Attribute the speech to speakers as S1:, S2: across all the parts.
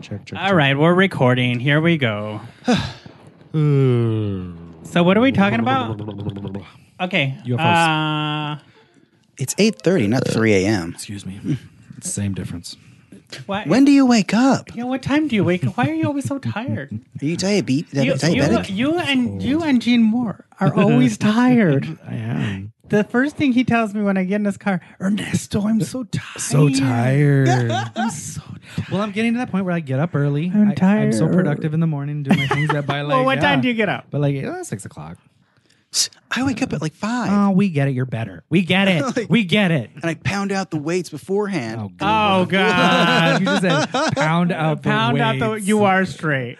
S1: Check, check.
S2: All right, we're recording. Here we go. So, what are we talking about? Okay.
S1: UFOs.
S2: Uh,
S3: It's 8.30, not 3 a.m.
S1: Excuse me. Same difference.
S2: what,
S3: When do you wake up?
S2: Yeah, what time do uh, you wake up? Why are you always so tired?
S3: Are you diabetic?
S2: You, you,
S3: diabetic?
S2: you and you and Gene Moore are always tired.
S1: I am
S2: The first thing he tells me when I get in his car, Ernesto, I'm so tired.
S1: so tired.
S2: I'm so tired.
S1: well, I'm getting to that point where I get up early.
S2: I'm
S1: I- I'm so
S2: tired.
S1: productive in the morning, doing my things that by like.
S2: well, what
S1: yeah.
S2: time do you get up?
S1: But like eh, six o'clock.
S3: I wake up at like 5,
S1: Oh, we get it. You're better. We get it. we get it.
S3: and I pound out the weights beforehand.
S1: Oh, God.
S2: Oh God!
S1: you just said pound out the
S2: Pound out
S1: weights.
S2: the. You are straight.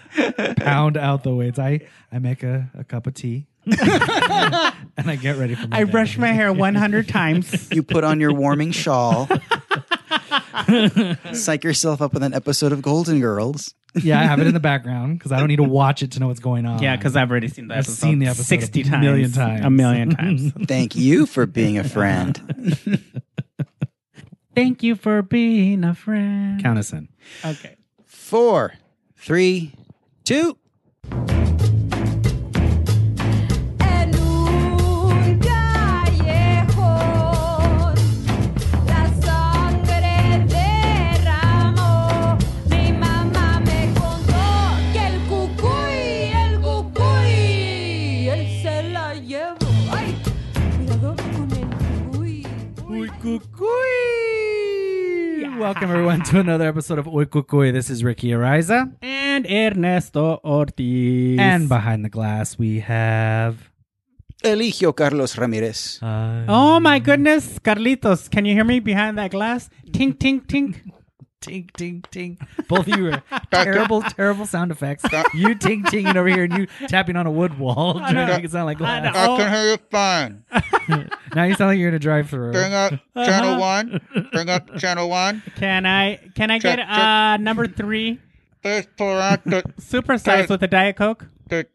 S1: pound out the weights. I, I make a, a cup of tea and I get ready for my
S2: I
S1: day.
S2: brush my hair 100 times.
S3: You put on your warming shawl. Psych yourself up with an episode of Golden Girls.
S1: Yeah, I have it in the background because I don't need to watch it to know what's going on.
S2: Yeah, because I've already seen the
S1: I've
S2: episode.
S1: seen the episode
S2: sixty
S1: a
S2: times,
S1: million times.
S2: a million times.
S3: Thank you for being a friend.
S2: Thank you for being a friend.
S1: count us in.
S2: Okay.
S3: Four, three, two.
S4: En un callejón, la sangre derramó. Mi mamá me contó que el cucuy, el cucuy, él se la llevó. Ay, cuidado con el cucuy.
S1: Oi, cucuy. Welcome everyone to another episode of Oi Cucuy. This is Ricky Ariza,
S2: And Ernesto Ortiz.
S1: and behind the glass we have.
S3: Eligio Carlos Ramirez.
S1: Uh,
S2: oh my goodness, Carlitos, can you hear me behind that glass? Tink, tink, tink.
S1: tink tink ting. Both of you are terrible, terrible sound effects. You ting tinging over here, and you tapping on a wood wall, trying to make it sound like
S2: I
S1: glass.
S2: know.
S5: I can hear you fine.
S1: Now you sound like you're in a drive-through.
S5: Bring up channel one. Bring up channel one.
S2: Can I can I get
S5: Check, check.
S2: uh number three
S5: Please pull out the
S2: super size
S5: Check.
S2: with a Diet Coke?
S5: the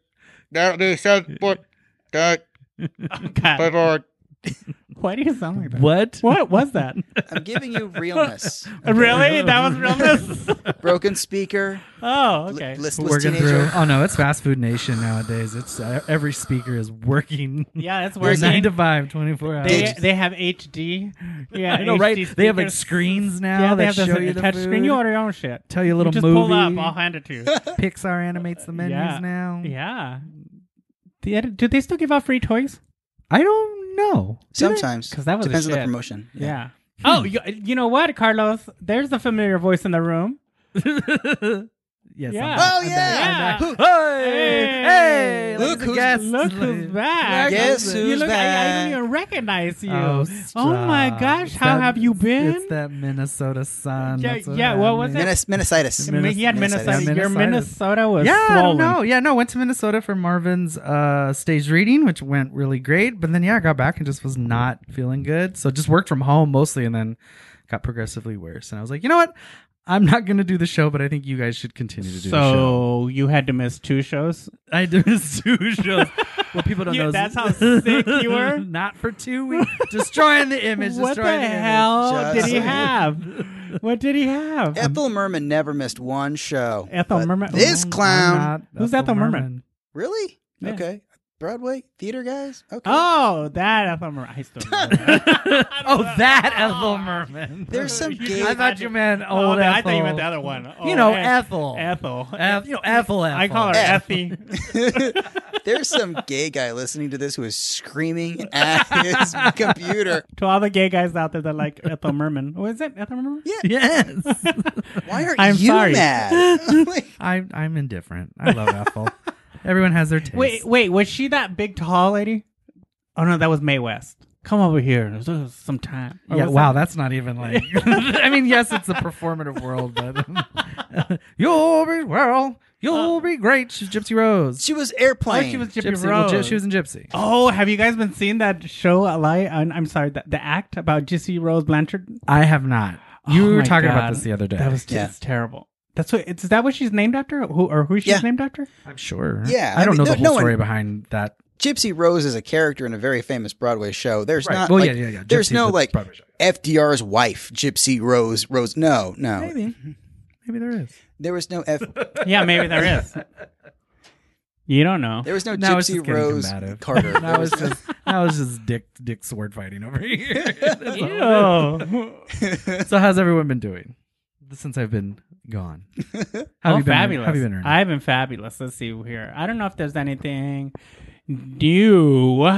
S5: that'll do seven foot that
S2: Oh, God.
S5: before
S2: Why do you sound like that?
S1: What?
S2: What was that?
S3: I'm giving you realness.
S2: really? That was realness?
S3: Broken speaker,
S2: oh,
S3: li-
S2: okay.
S3: listless
S1: Working through.
S3: teenager.
S1: Oh no, it's fast food nation nowadays. It's uh, every speaker is working.
S2: Yeah, that's
S1: We're
S2: working.
S1: nine to five, 24 hours.
S2: They, they have HD. Yeah,
S1: I know, right?
S2: HD
S1: They have like
S2: speakers.
S1: screens now
S2: Yeah, they
S1: Oh, that
S2: have this
S1: show you
S2: like,
S1: the
S2: touch
S1: food.
S2: screen. You order your own shit.
S1: Tell you a little
S2: just
S1: movie.
S2: pull up. I'll hand it to you.
S1: Pixar animates the menus
S2: Yeah.
S1: now.
S2: yeah. The- do they still give out free toys?
S1: I don't know. Do they?
S3: Sometimes.
S2: 'Cause that was a
S3: Depends on the
S2: shit.
S3: promotion.
S2: Yeah. Oh, you, you know what, Carlos? There's a familiar voice in the room.
S1: Yes.
S2: Yeah.
S1: I'm back.
S3: Oh,
S1: I'm
S3: yeah.
S1: back.
S2: Yeah.
S1: I'm back.
S2: Hey!
S1: Hey! Hey!
S3: Look
S1: who's
S3: who's-
S2: Look who's back.
S3: Guess
S2: you
S3: who's
S2: look, I, I
S3: back.
S2: don't even recognize you.
S1: Oh,
S2: my
S1: stop.
S2: gosh,
S1: It's
S2: how
S1: that-
S2: have you been?
S1: It's that Minnesota sun.
S2: Yeah,
S1: That's what
S2: yeah, what was
S1: happened.
S2: it?
S3: Menis- Menisitis.
S2: I mean, he had
S3: Minnesota.
S2: Minnesota. Your
S1: Minnesota.
S2: Minnesota was
S1: Yeah, I don't
S2: swollen.
S1: know. Yeah, no, went to Minnesota for Marvin's uh, stage reading, which went really great. But then, yeah, I got back and just was not feeling good. So just worked from home mostly, and then got progressively worse. And I was like, you know what? I'm not going to do the show, but I think you guys should continue to do the show.
S2: So you had to miss two shows.
S1: I did two shows. Well, people don't
S2: You-
S1: know. is-
S2: that's how sick you were?
S1: not for two weeks. Destroying the image.
S2: what the
S1: destroying the image.
S2: hell did
S3: Just
S2: he
S3: saying.
S2: have? What did he have?
S3: Ethel Merman never missed one show.
S2: Ethel
S3: But
S2: Merman-
S3: This
S1: I'm
S3: clown.
S1: not
S2: Who's Ethel Merman?
S3: Really?
S2: Yeah.
S3: Okay. Broadway theater guys. Okay.
S2: Oh, that Ethel Merman. I still remember.
S1: Oh, that Ethel Merman.
S3: There's some gay.
S1: I thought you meant old
S2: Oh, okay,
S1: Ethel.
S2: I thought you meant the other one. Oh,
S1: You know,
S2: eh,
S1: Ethel.
S2: Ethel.
S1: Eth- you know, Ethel. Ethel.
S2: I call her
S3: Eth.
S2: Effie.
S3: there's some gay guy listening to this who is screaming at his computer.
S2: to all the gay guys out there that like Ethel Merman. Was it Ethel Merman?
S3: Yeah.
S1: Yes,
S3: Why aren't
S2: I'm
S3: you
S2: sorry.
S3: mad? Like,
S1: I'm. I'm indifferent. I love Ethel. Everyone has their taste.
S2: Wait, wait, was she that big tall lady? Oh no, that was Mae West. Come over here. There's uh, some time. Or
S1: Yeah,
S2: was
S1: wow,
S2: that-
S1: that's not even like. I mean, yes, it's a performative world, but you'll be well, you'll be great. She's Gypsy Rose.
S3: she was
S2: Oh,
S3: airplane.
S2: she was Uh, Gypsy,
S1: Gypsy, well,
S2: Rose.
S1: Gy- she was in Gypsy.
S2: Oh, have you guys been seeing that show? A lie? I'm, I'm sorry, the, the act about Gypsy Rose Blanchard.
S1: I have not. You
S2: Oh
S1: were
S2: my
S1: talking about
S2: God.
S1: this the other day.
S2: That was
S3: Yeah.
S2: just terrible. That's what. It's, is that what she's named after? Who or who she's
S3: Yeah.
S2: named after?
S1: I'm sure.
S3: Yeah,
S1: I
S3: I
S1: don't
S3: mean,
S1: know the
S3: no-
S1: whole
S3: no one-
S1: story behind that.
S3: Gypsy Rose is a character in a very famous Broadway show. There's
S1: Right.
S3: not.
S1: Well,
S3: like,
S1: yeah, yeah, yeah.
S3: There's
S1: Gypsy's
S3: no
S1: the
S3: like
S1: Broadway show.
S3: FDR's wife, Gypsy Rose. Rose. No, no.
S1: Maybe. Maybe there is.
S3: There was no F.
S2: Yeah, maybe there is. You don't know.
S3: There was no
S1: Now it's
S3: uh, Gypsy
S1: just getting
S3: Rose
S1: combative.
S3: Carter.
S1: That was just that was just dick dick sword fighting over here. That's all it is.
S2: Ew.
S1: So how's everyone been doing since I've been gone? How
S2: oh,
S1: you been,
S2: fabulous.
S1: Have you been? Ernie?
S2: I've been fabulous. Let's see here. I don't know if there's anything new.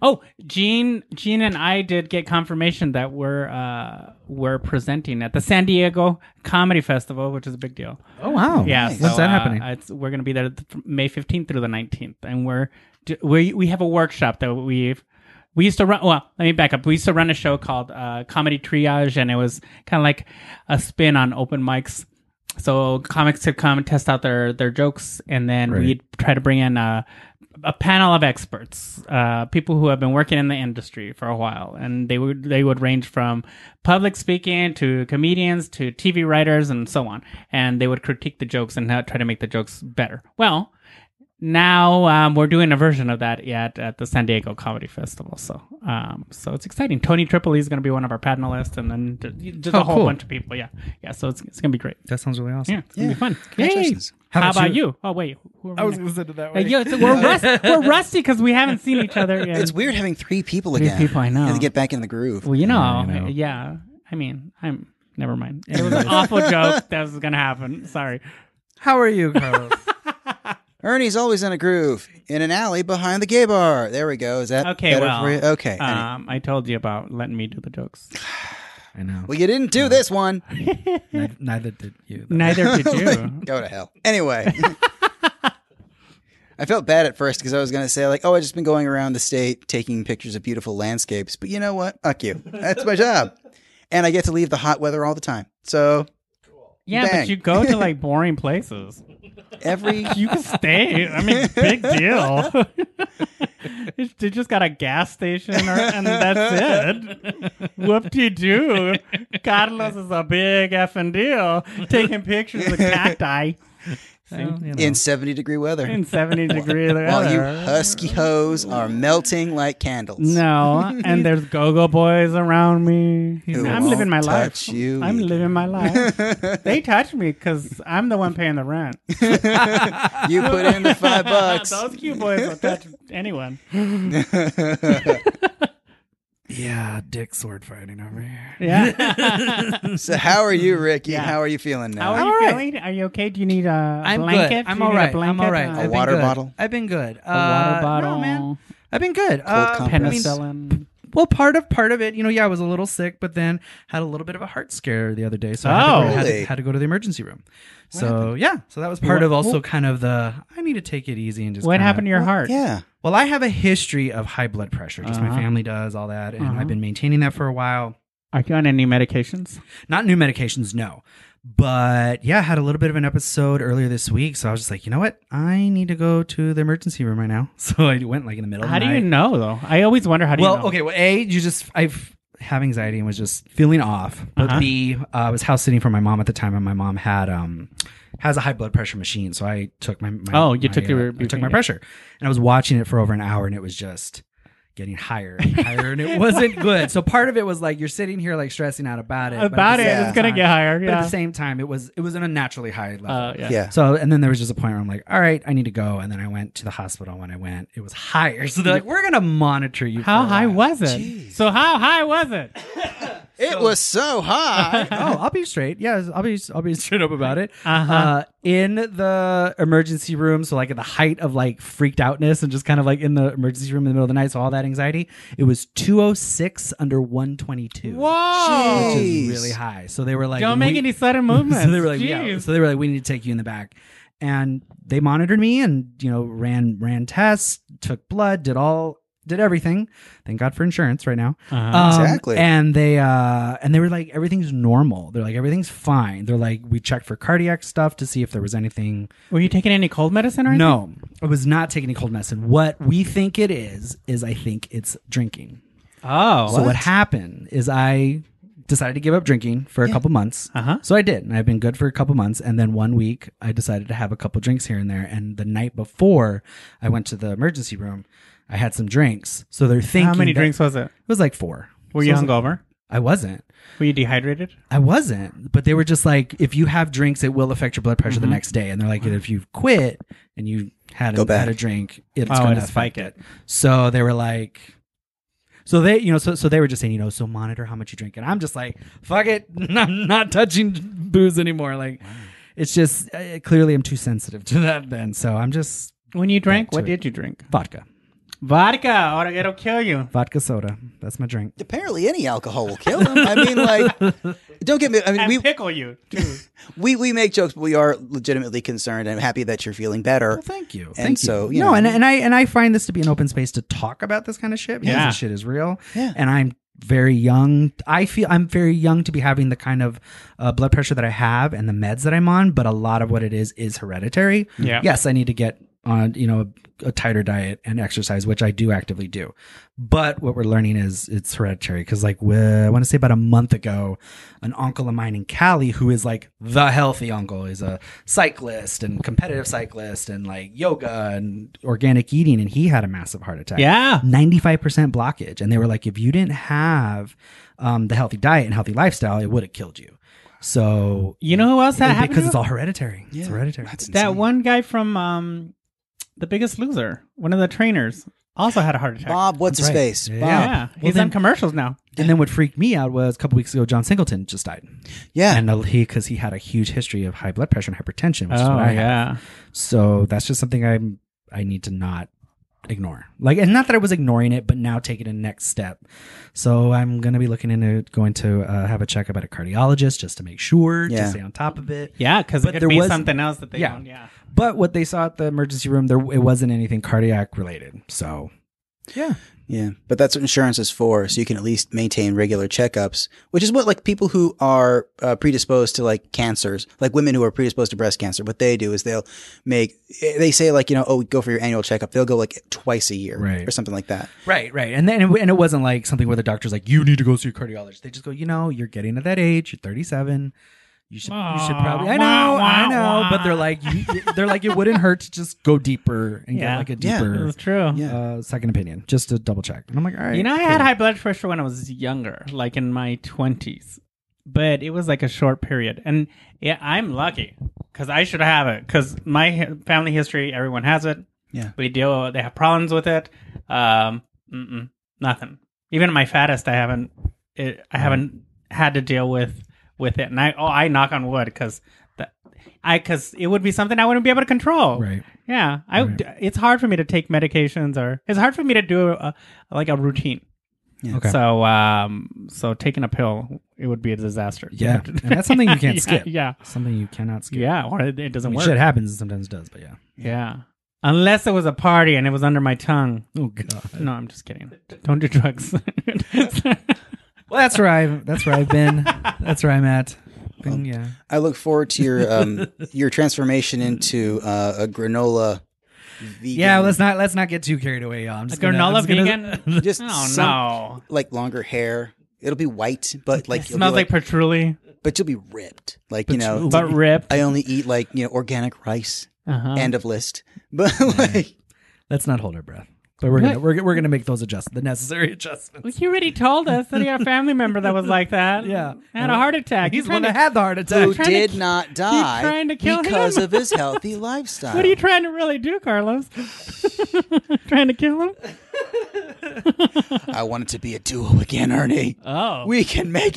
S2: Oh, Gene, Gene, and I did get confirmation that we're uh, we're presenting at the San Diego Comedy Festival, which is a big deal.
S1: oh wow.
S2: yeah,
S1: When's
S2: so,
S1: that
S2: uh,
S1: happening?
S2: It's, we're going to be there th- from May 15th through the 19th, and we're d- we we have a workshop that we've. We used to run. Well, let me back up. We used to run a show called uh, Comedy Triage, and it was kind of like a spin on open mics. So comics could come and test out their their jokes, and then
S1: Right.
S2: we'd try to bring in uh, a, a panel of experts, uh, people who have been working in the industry for a while, and they would they would range from public speaking to comedians to TV writers and so on, and they would critique the jokes and uh, try to make the jokes better. Well. Now um, we're doing a version of that at, at the San Diego Comedy Festival, so um, so it's exciting. Tony Tripoli is going to be one of our panelists, and then ju- just
S1: Oh,
S2: a whole
S1: cool.
S2: bunch of people. Yeah, yeah. So it's, it's going to be great.
S1: that sounds really awesome.
S2: Yeah, it's gonna be fun.
S3: Congratulations.
S2: Yay. How,
S1: How about
S2: about you? Oh wait, who are we
S1: I was
S2: next?
S1: gonna send it that
S2: Hey,
S1: way.
S2: yo, it's- we're, rust, we're rusty because we haven't seen each other. Yet.
S3: It's weird having three people
S2: Three
S3: again.
S2: people, I
S3: And
S2: know.
S3: to get back in the groove.
S2: well, you know,
S1: I know.
S2: yeah. I mean, I'm never mind. It was an awful joke that was gonna happen. Sorry.
S1: How are you, Carlos?
S3: Ernie's always in a groove in an alley behind the gay bar. There we go. Is that
S2: Okay,
S3: better
S2: well,
S3: for you? Okay. Ernie.
S2: Um, I told you about letting me do the jokes.
S1: I know.
S3: well, you didn't do this one.
S1: Neither, neither did you. though.
S2: Neither did you.
S3: Go to hell. Anyway. I felt bad at first because I was going to say, like, oh, I've just been going around the state taking pictures of beautiful landscapes. But you know what? Fuck you. That's my job. And I get to leave the hot weather all the time. So
S2: Yeah,
S3: Dang.
S2: but you go to like boring places.
S3: every.
S2: You can stay. I mean, big deal. It's- they just got a gas station, or, and that's it. Whoop de doo. Carlos is a big effing deal, taking pictures of cacti
S1: Well, you know.
S3: in 70 degree weather.
S2: in seventy degree
S3: while you
S2: weather.
S3: husky hoes are melting like candles.
S2: No, and there's go-go boys around me.
S3: Who
S2: I'm
S3: won't
S2: living my life.
S3: touch You
S2: I'm living my life. they touch me because I'm the one paying the rent.
S3: You put in the five bucks.
S2: Those cute boys will touch anyone.
S1: yeah, dick sword fighting over here.
S2: Yeah.
S3: so how are you, Ricky?
S2: Yeah.
S3: How are you feeling now?
S2: How
S1: I'm
S2: are you
S1: all right.
S2: feeling? Are you okay? Do you need a
S1: I'm good.
S2: blanket? Do
S1: I'm
S2: you
S1: all
S2: need
S1: right.
S2: A blanket?
S1: I'm all right.
S2: Uh,
S1: I've
S3: A
S1: been
S3: water
S1: good.
S3: bottle?
S1: I've been good.
S2: a water
S1: Uh,
S2: bottle.
S1: No, man. I've been good. Uh, I mean,
S3: compress.
S2: Penicillin.
S1: well, part of part of it, you know, yeah, I was a little sick, but then had a little bit of a heart scare the other day, so I had,
S2: Oh.
S1: to, go, had to-
S3: Really?
S1: had to go to the emergency room. so yeah, so that was part
S2: What-
S1: of also
S2: what-
S1: kind of the I need to take it easy and just.
S2: What
S1: kinda-
S2: happened to your heart?
S3: Yeah.
S1: Well, I have a history of high blood pressure. Just my
S2: Uh-huh.
S1: family does all that, and
S2: Uh-huh.
S1: I've been maintaining that for a while.
S2: Are you on any medications?
S1: Not new medications, no. But yeah, I had a little bit of an episode earlier this week, so I was just like, you know what? I need to go to the emergency room right now. So I went like in the middle.
S2: How
S1: of
S2: do
S1: the
S2: you
S1: night.
S2: know though? I always wonder how do
S1: well,
S2: you know.
S1: okay. Well, a you just I have anxiety and was just feeling off. But
S2: Uh-huh.
S1: B, uh, I was house sitting for my mom at the time, and my mom had um has a high blood pressure machine, so I took my, my
S2: Oh, you
S1: my,
S2: took your-
S1: uh, I took my
S2: yeah.
S1: pressure, and I was watching it for over an hour, and it was just getting higher and higher, and it wasn't good. So part of it was like you're sitting here like stressing out about it, but at
S2: About
S1: the
S2: it,
S1: same
S2: it's gonna
S1: time-
S2: get higher.
S1: But at
S2: Yeah.
S1: the same time, it was it was an unnaturally high level.
S2: Uh, yeah.
S3: Yeah.
S1: So, and then there was just a point where I'm like, all right, I need to go. And then I went to the hospital. When I went, it was higher. So they're like, we're going to monitor you.
S2: How
S1: for a
S2: high
S1: while."
S2: was it? So how high was it?
S3: It was so high.
S1: Oh, I'll be straight. Yeah, I'll be I'll be straight up about it.
S2: Uh-huh.
S1: Uh, in the emergency room, so like at the height of like freaked outness and just kind of like in the emergency room in the middle of the night, so all that anxiety, it was 206 under 122.
S2: Whoa!
S1: Which
S3: Jeez.
S1: is really high. So they were like
S2: Don't make
S1: we-
S2: any sudden movements.
S1: So they were like, yeah.
S2: Jeez.
S1: So they were like, we need to take you in the back, and they monitored me and you know ran ran tests, took blood, did all did everything. Thank God for insurance right now.
S2: Uh-huh.
S1: Um,
S3: Exactly.
S1: And they uh and they were like, everything's normal. They're like, everything's fine. They're like, we checked for cardiac stuff to see if there was anything.
S2: were you taking any cold medicine or anything?
S1: No, I was not taking any cold medicine. What we think it is is I think it's drinking.
S2: Oh.
S1: So what happened is I decided to give up drinking for a couple months.
S2: Uh-huh.
S1: So I did, and I've been good for a couple months. And then one week, I decided to have a couple drinks here and there. And the night before, I went to the emergency room. I had some drinks, so they're thinking
S2: how many
S1: that-
S2: drinks was it?
S1: It was like four.
S2: Were
S1: So it
S2: you
S1: was-
S2: hungover?
S1: I wasn't.
S2: Were you dehydrated?
S1: I wasn't, but they were just like, if you have drinks, it will affect your blood pressure
S2: Mm-hmm.
S1: the next day. And they're like, if you quit and you had
S3: Go
S1: a, had
S3: back.
S1: a drink, it's
S2: Oh,
S1: going to
S2: it'll spike
S1: spike it. So they were like, so they, you know, so, so they were just saying, you know, so monitor how much you drink. And I'm just like, fuck it. I'm not touching booze anymore. Like, it's just, uh, clearly I'm too sensitive to that then. So I'm just
S2: When you drank,
S1: Back to
S2: what
S1: it.
S2: did you drink?
S1: vodka,
S2: Vodka, or it'll kill you.
S1: vodka soda. That's my drink.
S3: Apparently, any alcohol will kill him. I mean, like, don't get me. I mean,
S2: And
S3: we
S2: pickle you, too.
S3: we we make jokes, but we are legitimately concerned. and I'm happy that you're feeling better.
S1: Well, thank you. And
S3: so, you
S1: you no,
S3: know.
S1: and, and I and I find this to be an open space to talk about this kind of shit because
S2: Yeah.
S1: this shit is real.
S3: Yeah.
S1: And I'm very young. I feel I'm very young to be having the kind of uh, blood pressure that I have and the meds that I'm on. But a lot of what it is is hereditary.
S2: Yeah.
S1: Yes, I need to get on you know a, a tighter diet and exercise, which I do actively do. But what we're learning is it's hereditary because like wh- I want to say about a month ago, an uncle of mine in Cali who is like the healthy uncle is a cyclist and competitive cyclist and like yoga and organic eating, and he had a massive heart attack.
S2: yeah.
S1: 95% blockage. And they were like, if you didn't have um, the healthy diet and healthy lifestyle, it would have killed you. So,
S2: You know who else that happened
S1: because
S2: to?
S1: it's all hereditary. It's hereditary.
S3: That's
S2: that
S3: insane.
S2: one guy from um, The Biggest Loser, one of the trainers, also had a heart attack.
S3: Bob, what's his
S1: That's right.
S3: face?
S1: Yeah.
S3: Bob.
S2: Yeah,
S1: Well,
S2: he's
S1: then-
S2: on commercials now.
S1: And then what freaked me out was a couple weeks ago, John Singleton just died.
S3: Yeah.
S1: And uh, he, because he had a huge history of high blood pressure and hypertension, which is
S2: Oh,
S1: what I have. So that's just something I'm I need to not ignore. Like and not that I was ignoring it, but now taking a next step. So I'm gonna be looking into going to uh, have a check about a cardiologist just to make sure
S3: Yeah.
S1: to stay on top of it.
S2: yeah, because
S1: But
S2: it
S1: there
S2: could be
S1: was-
S2: something else that they
S1: Yeah.
S2: own. Yeah,
S1: But what they saw at the emergency room, there it wasn't anything cardiac related. So yeah,
S3: Yeah, but that's what insurance is for, so you can at least maintain regular checkups, which is what like people who are uh, predisposed to like cancers, like women who are predisposed to breast cancer, what they do is they'll make they say like you know oh go for your annual checkup, they'll go like twice a year
S1: Right.
S3: or something like that.
S1: right, right. And then and it wasn't like something where the doctor's like, you need to go see a cardiologist. They just go, you know, you're getting to that age. You're 37. You should, you should
S2: Aw,
S1: probably. I know,
S2: wah, wah,
S1: I know.
S2: wah.
S1: But they're like, you, they're like, it wouldn't hurt to just go deeper and get
S2: Yeah.
S1: like a
S3: Yeah.
S1: deeper.
S2: it's true.
S3: Yeah.
S1: uh, second opinion just to double check. And I'm like, all right.
S2: You know, I
S1: cool.
S2: had high blood pressure when I was younger, like in my twenties, but it was like a short period. And yeah, I'm lucky because I should have it because my hi- family history, everyone has it.
S3: Yeah.
S2: we deal. They have problems with it. Um, mm-mm, nothing. Even my fattest, I haven't. It, I haven't had to deal with with it. And I oh, I knock on wood because. I because it would be something I wouldn't be able to control.
S1: Right.
S2: Yeah, I. It's hard for me to take medications, or it's hard for me to do a, like a routine.
S1: Okay.
S2: So, um, so taking a pill it would be a disaster.
S1: yeah, and that's something you can't
S2: Yeah,
S1: skip.
S2: Yeah,
S1: Something you cannot skip.
S2: yeah, or it, it
S1: I
S2: doesn't
S1: mean,
S2: work.
S1: shit happens and sometimes does, but yeah.
S2: Yeah, unless it was a party and it was under my tongue.
S1: Oh god.
S2: No, I'm just kidding. Don't do drugs.
S1: Well, that's where I. have That's where I've been. that's where I'm at. Been-
S3: Um,
S1: yeah.
S3: I look forward to your um your transformation into uh, a granola. Vegan,
S1: Yeah. Let's not. Let's not get too carried away. Y'all. I'm
S2: A
S1: just gonna- I'm
S2: granola
S1: just gonna-
S2: vegan.
S3: Just
S2: oh
S3: some-
S2: no.
S3: like longer hair. It'll be white, but like
S2: It
S3: you'll be,
S2: smells like, patchouli,
S3: but you'll be ripped. Like you know,
S2: but ripped.
S3: I only eat like you know organic rice.
S2: Uh-huh.
S3: End of list. But like,
S1: Let's not hold our breath. But we're gonna we're, gonna- we're gonna make those adjustments, the necessary adjustments.
S2: Well, you already told us that you had a family member that was like that.
S1: Yeah.
S2: Had a heart attack.
S1: He's the
S2: trying
S1: one
S2: to
S1: that had the heart
S3: who
S1: attack.
S2: trying to
S3: did
S2: ki-
S3: not die
S2: trying to kill
S3: because
S2: him.
S3: of his healthy lifestyle.
S2: What are you trying to really do, Carlos? trying to kill him?
S3: I want it to be a duo again, Ernie.
S2: Oh.
S3: We can make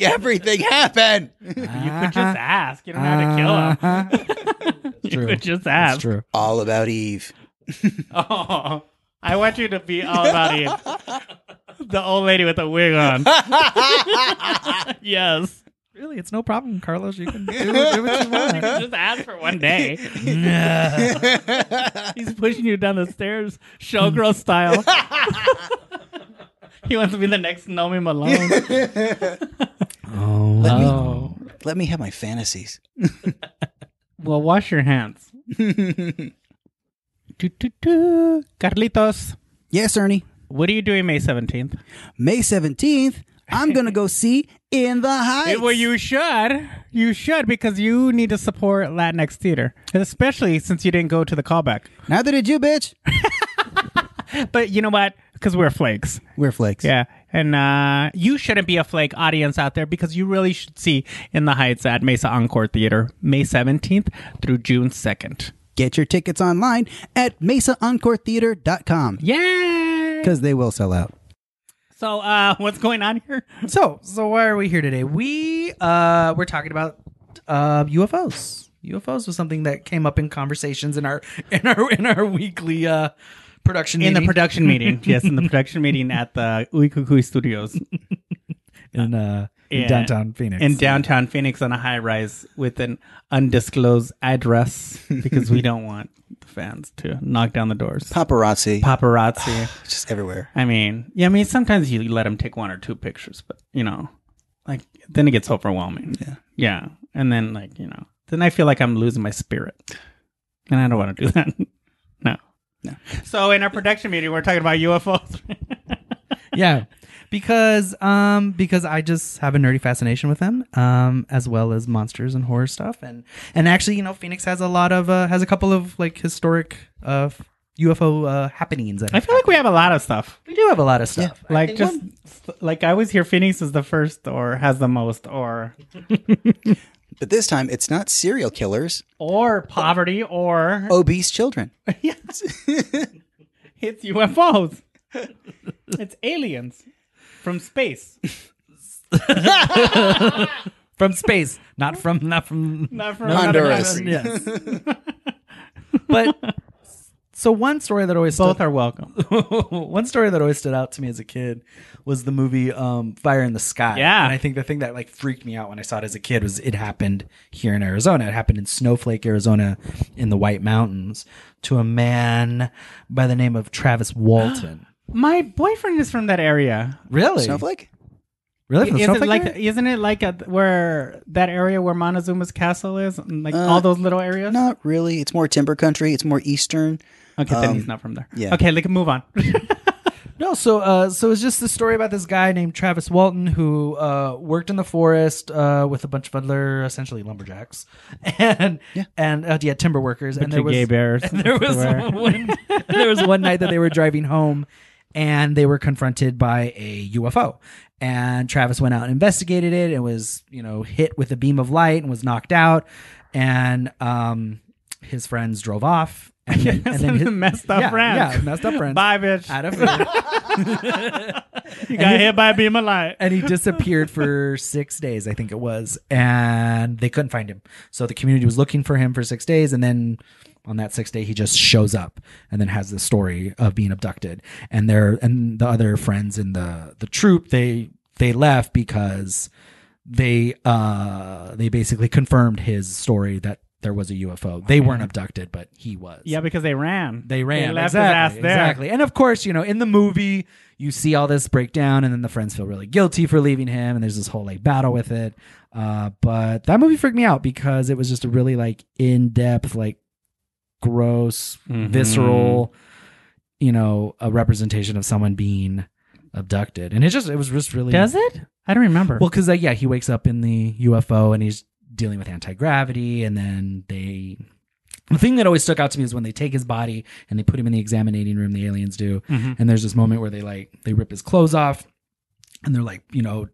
S3: everything happen.
S2: you could
S1: Uh-huh.
S2: just ask. You don't have to kill him. you
S1: Uh, true.
S2: could just ask.
S1: Uh-huh. That's true.
S3: All about Eve.
S2: Oh. I want you to be all about you. the old lady with the wig on. yes.
S1: Really, it's no problem, Carlos. You can do, do what you
S2: You
S1: want.
S2: could just ask for one day. He's pushing you down the stairs, showgirl style. he wants to be the next Nomi Malone.
S1: Oh.
S3: Let me,
S2: Oh.
S3: let me have my fantasies.
S2: Well, wash your hands. Do, do, do. Carlitos,
S3: yes, Ernie.
S2: what are you doing May 17th?
S3: May 17th, I'm going to go see In the Heights.
S2: Well, you should. You should because you need to support Latinx theater, especially since you didn't go to the callback.
S3: Neither did you, bitch.
S2: But you know what? Because we're flakes.
S3: We're flakes.
S2: Yeah. And uh, you shouldn't be a flake audience out there because you really should see In the Heights at Mesa Encore Theater, May 17th through June 2nd.
S3: Get your tickets online at mesaencoretheater.com
S2: Yeah.
S3: because they will sell out.
S2: So, uh, what's going on here?
S1: So, so why are we here today? We uh we're talking about uh UFOs. UFOs was something that came up in conversations in our in our in our weekly uh production
S2: In the
S1: meeting.
S2: production meeting. yes, in the production meeting at the Uikukui Studios
S1: in uh in
S2: Yeah.
S1: downtown Phoenix.
S2: in downtown Phoenix on a high rise with an undisclosed address because we don't want the fans to knock down the doors.
S3: Paparazzi,
S2: Paparazzi.
S3: just everywhere.
S2: I mean, yeah, I mean, sometimes you let them take one or two pictures, but you know, like then it gets overwhelming. Yeah. Yeah. And then like, you know, then I feel like I'm losing my spirit. And I don't want to do that. no.
S3: No.
S2: So in our production meeting, we're talking about UFOs.
S1: yeah because um because i just have a nerdy fascination with them um as well as monsters and horror stuff and and actually you know phoenix has a lot of uh has a couple of like historic uh f- ufo uh happenings that
S2: I feel like we have a lot of stuff.
S1: we do have a lot of stuff
S2: Like just like I always hear Phoenix is the first or has the most or
S3: But this time, it's not serial killers,
S2: or poverty or
S1: Oh.
S3: obese children.
S2: it's UFOs. it's aliens from space.
S1: from space not from not from
S2: Not from
S3: Honduras.
S1: yes but so one story that always
S2: Both
S1: stood-
S2: are welcome.
S1: one story that always stood out to me as a kid was the movie um, Fire in the Sky.
S2: Yeah.
S1: And I think the thing that like freaked me out when I saw it as a kid was it happened here in Arizona. It happened in Snowflake, Arizona, in the White Mountains, to a man by the name of Travis Walton.
S2: My boyfriend is from that area.
S1: really?
S3: Snowflake?
S1: Really? From the
S2: Isn't it
S1: Snowflake
S2: like
S1: area?
S2: isn't it like at where that area where Montezuma's castle is, and like
S3: Uh,
S2: all those little areas?
S3: Not really. It's more timber country. It's more eastern.
S2: okay, then
S3: um,
S2: he's not from there.
S3: yeah.
S2: Okay, like move on.
S1: No, so uh, so it's just the story about this guy named Travis Walton who uh, worked in the forest uh, with a bunch of other essentially lumberjacks and and uh, yeah timber workers and
S2: Bunch
S1: there
S2: of
S1: was
S2: gay bears.
S1: and there was
S2: everywhere.
S1: one and there was one night that they were driving home and they were confronted by a UFO and Travis went out and investigated it and was you know hit with a beam of light and was knocked out and um, his friends drove off and then, and then his-
S2: messed up
S1: yeah,
S2: friends.
S1: yeah messed up friends
S2: Bye, bitch.
S1: out of food.
S2: you got hit by a beam of light.
S1: and he disappeared for six days, I think it was, and they couldn't find him. So the community was looking for him for six days, and then on that sixth day, he just shows up and then has the story of being abducted. And their and the other friends in the the troop they they left because they uh they basically confirmed his story that there was a UFO. They weren't abducted, but he was.
S2: Yeah, because they ran.
S1: They ran
S2: They left
S1: exactly,
S2: his ass there.
S1: exactly. And of course, you know, in the movie, you see all this breakdown, and then the friends feel really guilty for leaving him, and there's this whole like battle with it. Uh, but that movie freaked me out because it was just a really like in depth, like gross,
S2: Mhm.
S1: visceral, you know, a representation of someone being abducted, and it just it was just really
S2: Does it? I don't remember.
S1: well, because uh, yeah, he wakes up in the UFO and he's dealing with anti gravity, and then they. The thing that always stuck out to me is when they take his body and they put him in the examining room. The aliens do,
S2: Mhm.
S1: and there's this moment where they like they rip his clothes off, and they're like, you know,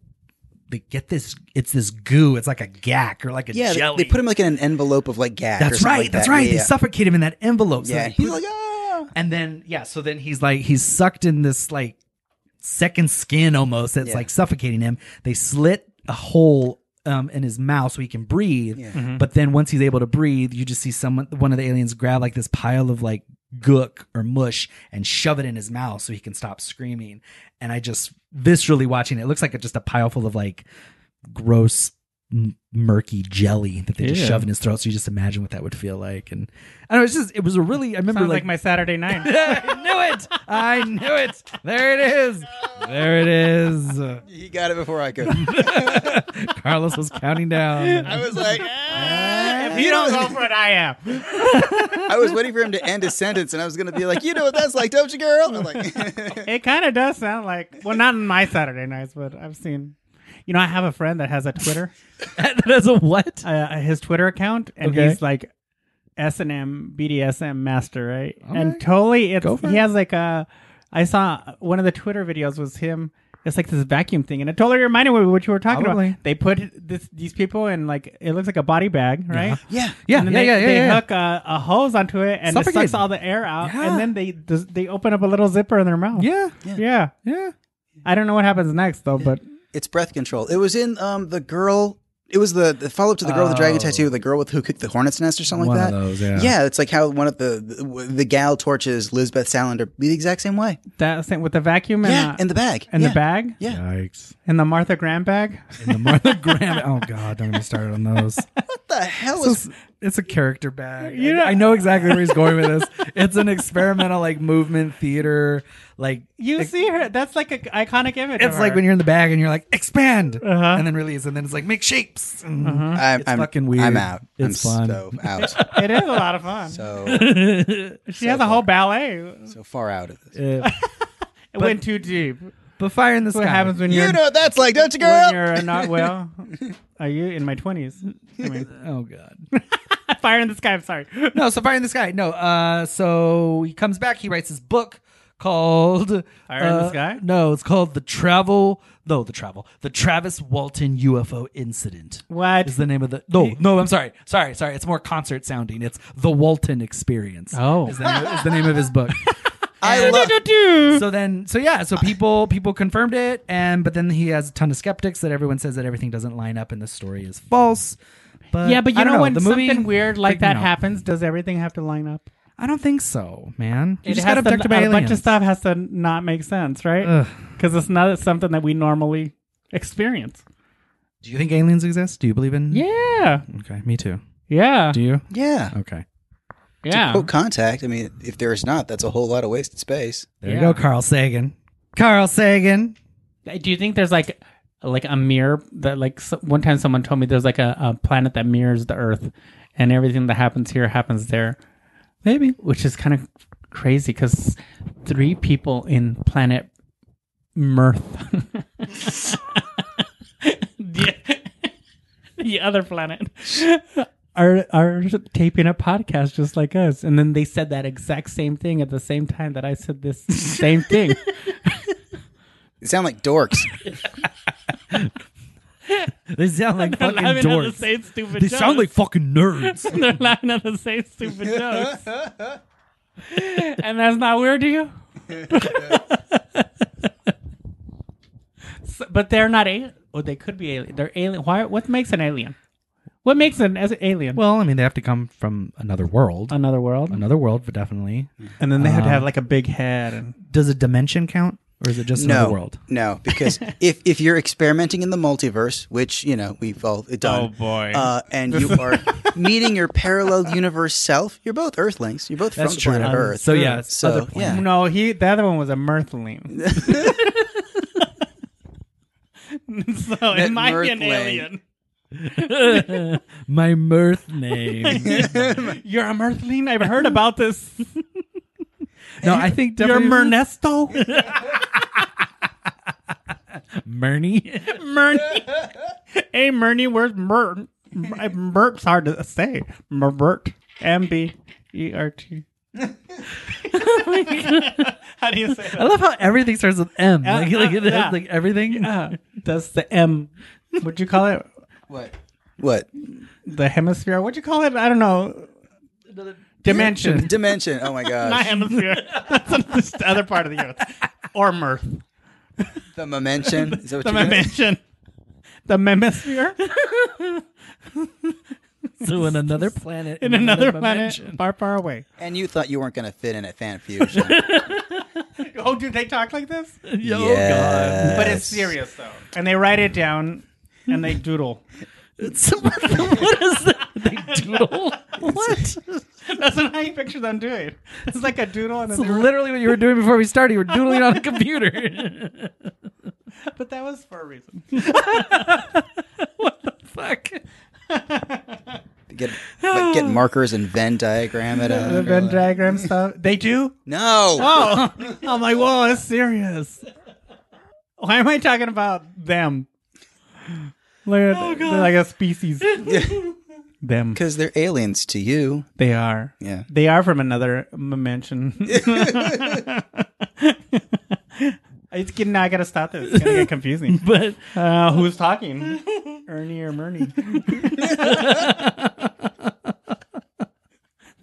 S1: they get this. It's this goo. It's like a gack or like a
S3: Yeah,
S1: jelly.
S3: they, they put him like in an envelope of like gas.
S1: that's right. that's right.
S3: Yeah,
S1: they
S3: yeah.
S1: suffocate him in that envelope. So
S3: Yeah,
S1: they
S3: he's
S1: put-
S3: like, ah.
S1: and then yeah, so then he's like he's sucked in this like second skin almost that's
S3: Yeah.
S1: like suffocating him. They slit a hole um, in his mouth so he can breathe.
S3: Yeah.
S1: But then once he's able to breathe, you just see someone one of the aliens grab like this pile of like gook or mush and shove it in his mouth so he can stop screaming. And I just viscerally watching it, it looks like just a pile full of like gross m- murky jelly that they just
S2: Ew.
S1: shove in his throat so you just imagine what that would feel like and i don't know it's just it was a really i remember
S2: Sounds like my Saturday night.
S1: I knew it. I knew it. There it is. There it is.
S3: He got it before I could.
S1: Carlos was counting down.
S3: I was like,
S2: if you don't go for it, I am.
S3: I was waiting for him to end his sentence, and I was going to be like, you know what that's like, don't you, girl? I'm like,
S2: It kind of does sound like well, not on my Saturday nights, but I've seen. You know, I have a friend that has a Twitter,
S1: That's a what?
S2: uh, his Twitter account, and
S1: Okay.
S2: he's like S and M BDSM master, right?
S1: Okay.
S2: And totally, it's
S1: Go for
S2: he
S1: it.
S2: has like a. I saw one of the Twitter videos was him It's like this vacuum thing, and it totally reminded me of what you were talking
S1: Probably.
S2: about. They put this, these people in like it looks like a body bag, right?
S3: Yeah.
S1: Yeah,
S2: and then
S1: yeah,
S2: they,
S1: yeah, yeah,
S2: they
S1: yeah.
S2: hook a, a hose onto it and it
S1: Suffocate.
S2: sucks all the air out,
S1: Yeah.
S2: and then they they open up a little zipper in their mouth.
S1: yeah,
S2: yeah.
S1: yeah.
S2: I don't know what happens next though, but
S3: It's breath control. It was in um the girl. It was the, the follow up to the girl with the dragon
S1: Oh.
S3: tattoo, the girl with who kicked the hornet's nest or something
S1: One
S3: like
S1: of
S3: that.
S1: those, yeah.
S3: it's like how one of the the, the gal torches Lisbeth Salander the exact same way.
S2: that thing with the vacuum and
S3: yeah,
S2: the,
S3: in the bag.
S2: and
S3: yeah.
S2: the bag
S3: Yeah.
S1: Yikes.
S2: and the Martha Graham bag.
S1: And the Martha Graham. Oh God, don't get me started on those.
S3: What the hell
S1: So
S3: is?
S1: it's, it's a character bag.
S2: You
S1: I-
S2: know-
S1: I, know exactly where he's going with this. It's an experimental like movement theater. Like
S2: You
S1: ex-
S2: see her? That's like an iconic image.
S1: It's like when you're in the bag and you're like expand
S2: Uh-huh.
S1: and then release and then it's like make shapes. And
S3: I'm,
S1: It's
S3: I'm-
S1: fucking weird.
S3: I'm out. I'm
S1: It's fun.
S3: so out.
S2: it is a lot of fun.
S3: So
S2: she has a whole ballet.
S3: so far out of this.
S1: Uh,
S2: It went too deep. That's
S1: but fire in the sky.
S2: what happens when
S3: You
S2: you're
S3: know what that's like, don't you,
S2: when
S3: girl?
S2: you're not well. Are you in my twenties? I mean,
S1: Oh God.
S2: fire in the sky. I'm sorry.
S1: No, so fire in the sky. No. Uh, so he comes back. He writes his book called
S2: Fire in the
S1: uh,
S2: Sky?
S1: No, it's called the Travel. No, the Travel. The Travis Walton UFO Incident.
S2: What?
S1: is the name of the no no i'm sorry sorry sorry it's more concert sounding it's the walton experience
S2: Oh.
S1: is the name, is the name of his book
S3: I love.
S1: so then so yeah so people people confirmed it and but then he has a ton of skeptics that everyone says that everything doesn't line up and the story is false but
S2: Yeah, but
S1: I
S2: you
S1: don't
S2: know, when
S1: the movie
S2: something weird like
S1: freaked me
S2: that
S1: out.
S2: happens, does everything have to line up?
S1: i don't think so man you
S2: it
S1: just
S2: has
S1: got abducted
S2: to,
S1: by
S2: a
S1: aliens.
S2: bunch of stuff has to not make sense, right?
S1: Ugh.
S2: Because it's not something that we normally experience.
S1: do you think aliens exist do you believe in
S2: Yeah,
S1: okay me too
S2: yeah,
S1: do you
S3: Yeah.
S1: okay
S2: yeah.
S3: Quote contact. I mean, if there is not, that's a whole lot of wasted space.
S1: there
S2: Yeah.
S1: you go carl sagan carl sagan
S2: Do you think there's like like a mirror that like so, one time someone told me there's like a, a planet that mirrors the Earth, and everything that happens here happens there,
S1: maybe
S2: which is kind of crazy because three people in planet Mirth. the, the other planet. Are, are taping a podcast just like us, and then they said that exact same thing at the same time that I said this same thing.
S3: They sound like dorks.
S1: they sound like
S2: They're
S1: fucking
S2: laughing at the
S1: dorks
S2: same stupid
S1: they sound like
S2: jokes.
S1: fucking nerds
S2: They're laughing at the same stupid jokes. and that's not weird to you? So- but they're not alien. Or they could be alien. They're alien. Why? What makes an alien? What makes an as an alien?
S1: Well, I mean, they have to come from another world.
S2: another world.
S1: Another world, but definitely.
S2: And then they have to
S1: Um,
S2: have like a big head. And
S1: Does a dimension count, or is it just
S3: no,
S1: another world?
S3: no, because if if you're experimenting in the multiverse, which you know we've all done,
S2: Oh, boy.
S3: uh, and you are meeting your parallel universe self, you're both Earthlings. You're both from the planet Earth.
S1: So yeah, it's
S3: So,
S1: other planet.
S3: yeah.
S2: no, he. The other one was a mirthling. so it
S3: That
S2: might be an
S3: mirthling.
S2: alien.
S1: my mirth name.
S2: You're a mirthling. I've heard about this.
S1: no, I think
S2: You're
S1: definitely
S2: Mernesto.
S1: Murney.
S2: Murney. hey, Murney, where's Mert? Mert's hard to say. Mert. M B E R T. How do you say
S1: I love how everything starts with M. Like, like, it-
S2: yeah.
S1: like everything.
S2: that? Ah, That's the M. What'd you call it?
S3: What? What
S2: The hemisphere? What'd you call it? I don't know. Dimension.
S3: dimension? Oh my
S2: Not
S3: gosh,
S2: hemisphere. That's the other part of the earth. Or Mirth.
S3: the momentum. Is that what
S2: The
S3: you meant?
S2: dimension. The hemisphere?
S1: So in another planet,
S2: In another planet far, far away.
S3: And you thought you weren't going to fit in at fan fusion.
S2: Oh, do they talk like this?
S1: Yo,
S3: Yes.
S2: Oh, But it's serious though. And they write it down and they doodle.
S1: God. what is that? They doodle. what?
S2: That's not how you picture them doing. It's like a doodle and then
S1: That's
S2: they write-
S1: literally what you were doing before we started. You were doodling on a computer.
S2: but that was for a reason.
S1: what the fuck?
S3: Get like, get markers and Venn diagram it out.
S2: The Venn diagram stuff. They do?
S3: No.
S2: Oh I'm like, whoa, that's serious. Why am I talking about them? Oh, Look at they're like a species. them.
S3: Because they're aliens to you.
S2: They are.
S3: Yeah.
S2: They are from another m- mansion. It's getting. I gotta stop this. It's gonna get confusing.
S6: But
S2: Uh, who's talking? Ernie or Murney?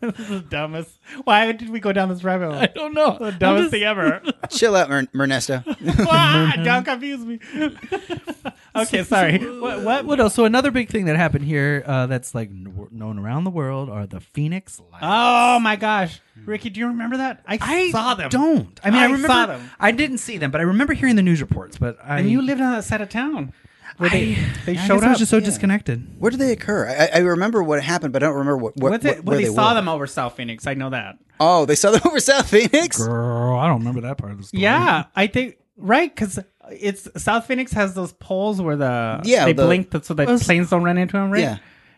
S2: this is the dumbest. Why did we go down this rabbit hole?
S6: I don't know.
S2: The
S6: I'm
S2: dumbest
S6: just-
S2: thing ever.
S3: Chill out, Mer- Ernesto.
S2: ah, don't confuse me. okay, sorry. What? What?
S1: What else? So another big thing that happened here uh, that's like kn- known around the world are the Phoenix Lights.
S2: Oh my gosh, Ricky, do you remember that? I,
S1: I
S2: saw them.
S1: Don't. I mean, I,
S2: I
S1: remember.
S2: saw them.
S1: I didn't see them, but I remember hearing the news reports. But I
S2: And you lived on that side of town. Where they,
S1: I-
S2: they
S1: I guess
S2: showed
S1: I
S2: up.
S1: was just so
S3: yeah.
S1: disconnected.
S3: Where do they occur? I, I remember what happened, but I don't remember what, what,
S2: What's it-
S3: what-
S2: well,
S3: where
S2: they,
S3: they,
S2: saw
S3: were.
S2: them over South Phoenix. I know that.
S3: Oh, they saw them over South Phoenix.
S1: Girl, I don't remember that part of the story.
S2: Yeah, I think right because it's South Phoenix has those poles where the
S3: Yeah,
S2: they
S3: the-
S2: blink so the
S1: Those-
S2: planes don't run into them, right?
S3: Yeah.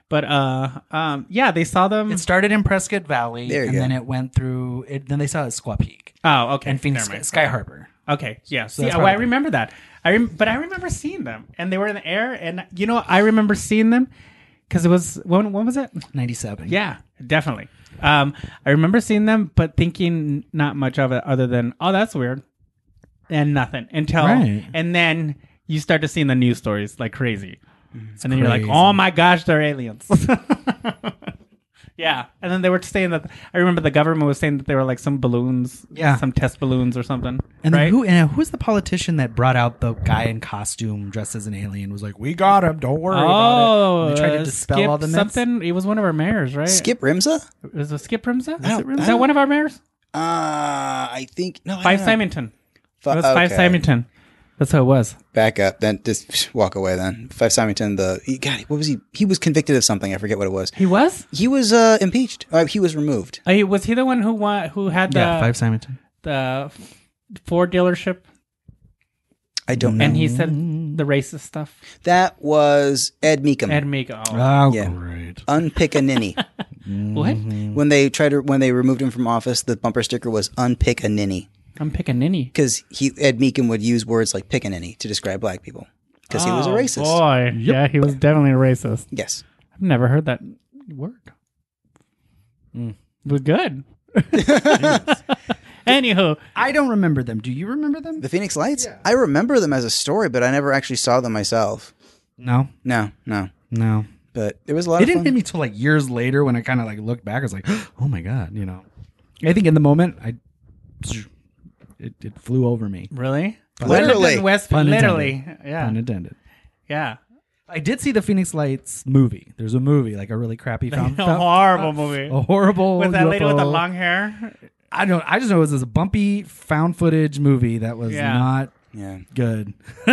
S2: But uh, um, yeah, they saw them.
S1: It started in Prescott Valley,
S3: There you
S1: and
S3: go.
S1: then it went through. It, then they saw it at Squaw Peak
S2: oh, okay.
S1: and Phoenix
S2: Never mind.
S1: Sky Harbor.
S2: Okay, yeah. See,
S1: that's
S2: well, I
S1: probably-
S2: remember that. I rem- but I remember seeing them, and they were in the air, and you know, I remember seeing them because it was when when was it?
S1: Ninety-seven.
S2: Yeah, definitely. Um, I remember seeing them, but thinking not much of it other than, oh, that's weird, and nothing until,
S1: Right.
S2: and then you start to seeing the news stories like crazy, and then you're
S1: crazy.
S2: like, oh my gosh, they're aliens. yeah, and then they were saying that I remember the government was saying that they were like some balloons,
S1: Yeah.
S2: some test balloons or something,
S1: And then
S2: right?
S1: who? And who's the politician that brought out the guy in costume dressed as an alien? Was like, we got him. Don't worry about it.
S2: Oh,
S1: And they tried
S2: uh,
S1: to dispel
S2: Skip
S1: all the myths.
S2: something. It was one of our mayors, right?
S3: Skip Rimza?
S2: It was a Skip Rimza.
S3: I
S2: Is,
S3: don't- I
S2: that
S3: don't-
S2: one of our mayors?
S3: Uh, I think no. I
S2: Five
S3: don't know.
S2: Simonton.
S3: Fi-
S2: It was Five
S3: okay.
S2: Simonton. That's how it was.
S3: Back up. Then just walk away. Then Five Simonton. The he, God, what was he? He was convicted of something. I forget what it was.
S2: He was.
S3: He was uh, impeached. Uh, he was removed.
S2: Uh, he- was he the one who wa- who had the
S1: Yeah, Five Simonton.
S2: the Ford dealership?
S3: I don't know.
S2: And he said the racist stuff.
S3: that was Ed Meekum.
S2: Ed Meek. Oh,
S1: Oh,
S3: Yeah.
S1: great.
S3: Unpick a ninny.
S2: what?
S3: when they tried to, when they removed him from office, the bumper sticker was "Unpick a ninny"
S2: I'm picking Ninny.
S3: because he Ed Meekum would use words like "pick a ninny" to describe black people because he was a
S2: Oh,
S3: racist.
S2: Boy, yeah, he was definitely a racist.
S3: Yes,
S2: I've never heard that word. It was good. Anywho,
S1: I don't remember them. Do you remember them?
S3: the Phoenix Lights. I remember them as a story, but I never actually saw them myself.
S1: No,
S3: No, no.
S1: no.
S3: But there was a lot
S1: It
S3: of
S1: didn't
S3: fun.
S1: hit me till like years later when I kind of like looked back. I was like, oh my god, you know. I think in the moment, I it, it flew over me.
S2: really?
S3: Literally.
S2: in West,
S1: Pun
S2: literally, yeah,
S1: Pun intended.
S2: yeah.
S1: I did see the Phoenix Lights movie. There's a movie, like a really crappy film.
S2: a horrible movie
S1: A horrible
S2: with that lady with the
S1: UFO.
S2: long hair.
S1: I don't. I just know it was this bumpy found footage movie that was
S2: Yeah.
S1: not
S3: Yeah.
S1: good.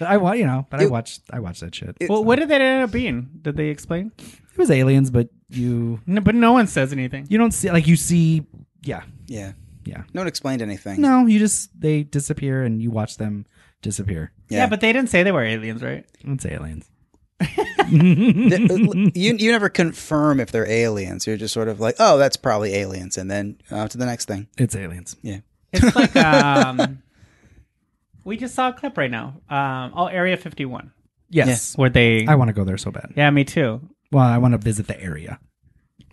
S1: I wa- you know, but I
S3: It-
S1: watched. I watched that shit. It,
S3: It-
S2: Well, what did that end up being? Did they explain?
S1: was aliens, but you
S2: No, but no one says anything.
S1: you don't see like you see. Yeah,
S3: Yeah.
S1: yeah.
S3: No one explained anything.
S1: No, you just they disappear and you watch them disappear.
S2: Yeah. but they didn't say they were aliens, right?
S1: It's aliens.
S3: Th- uh, you you never confirm if they're aliens. You're just sort of like, oh, that's probably aliens, and then on to the next thing.
S1: It's aliens.
S3: Yeah.
S2: It's like um, we just saw a clip right now. Um, oh, Area Fifty One,
S1: Yes,
S2: where they.
S1: I want to go there so bad.
S2: yeah, me too.
S1: Well, I want to visit the area.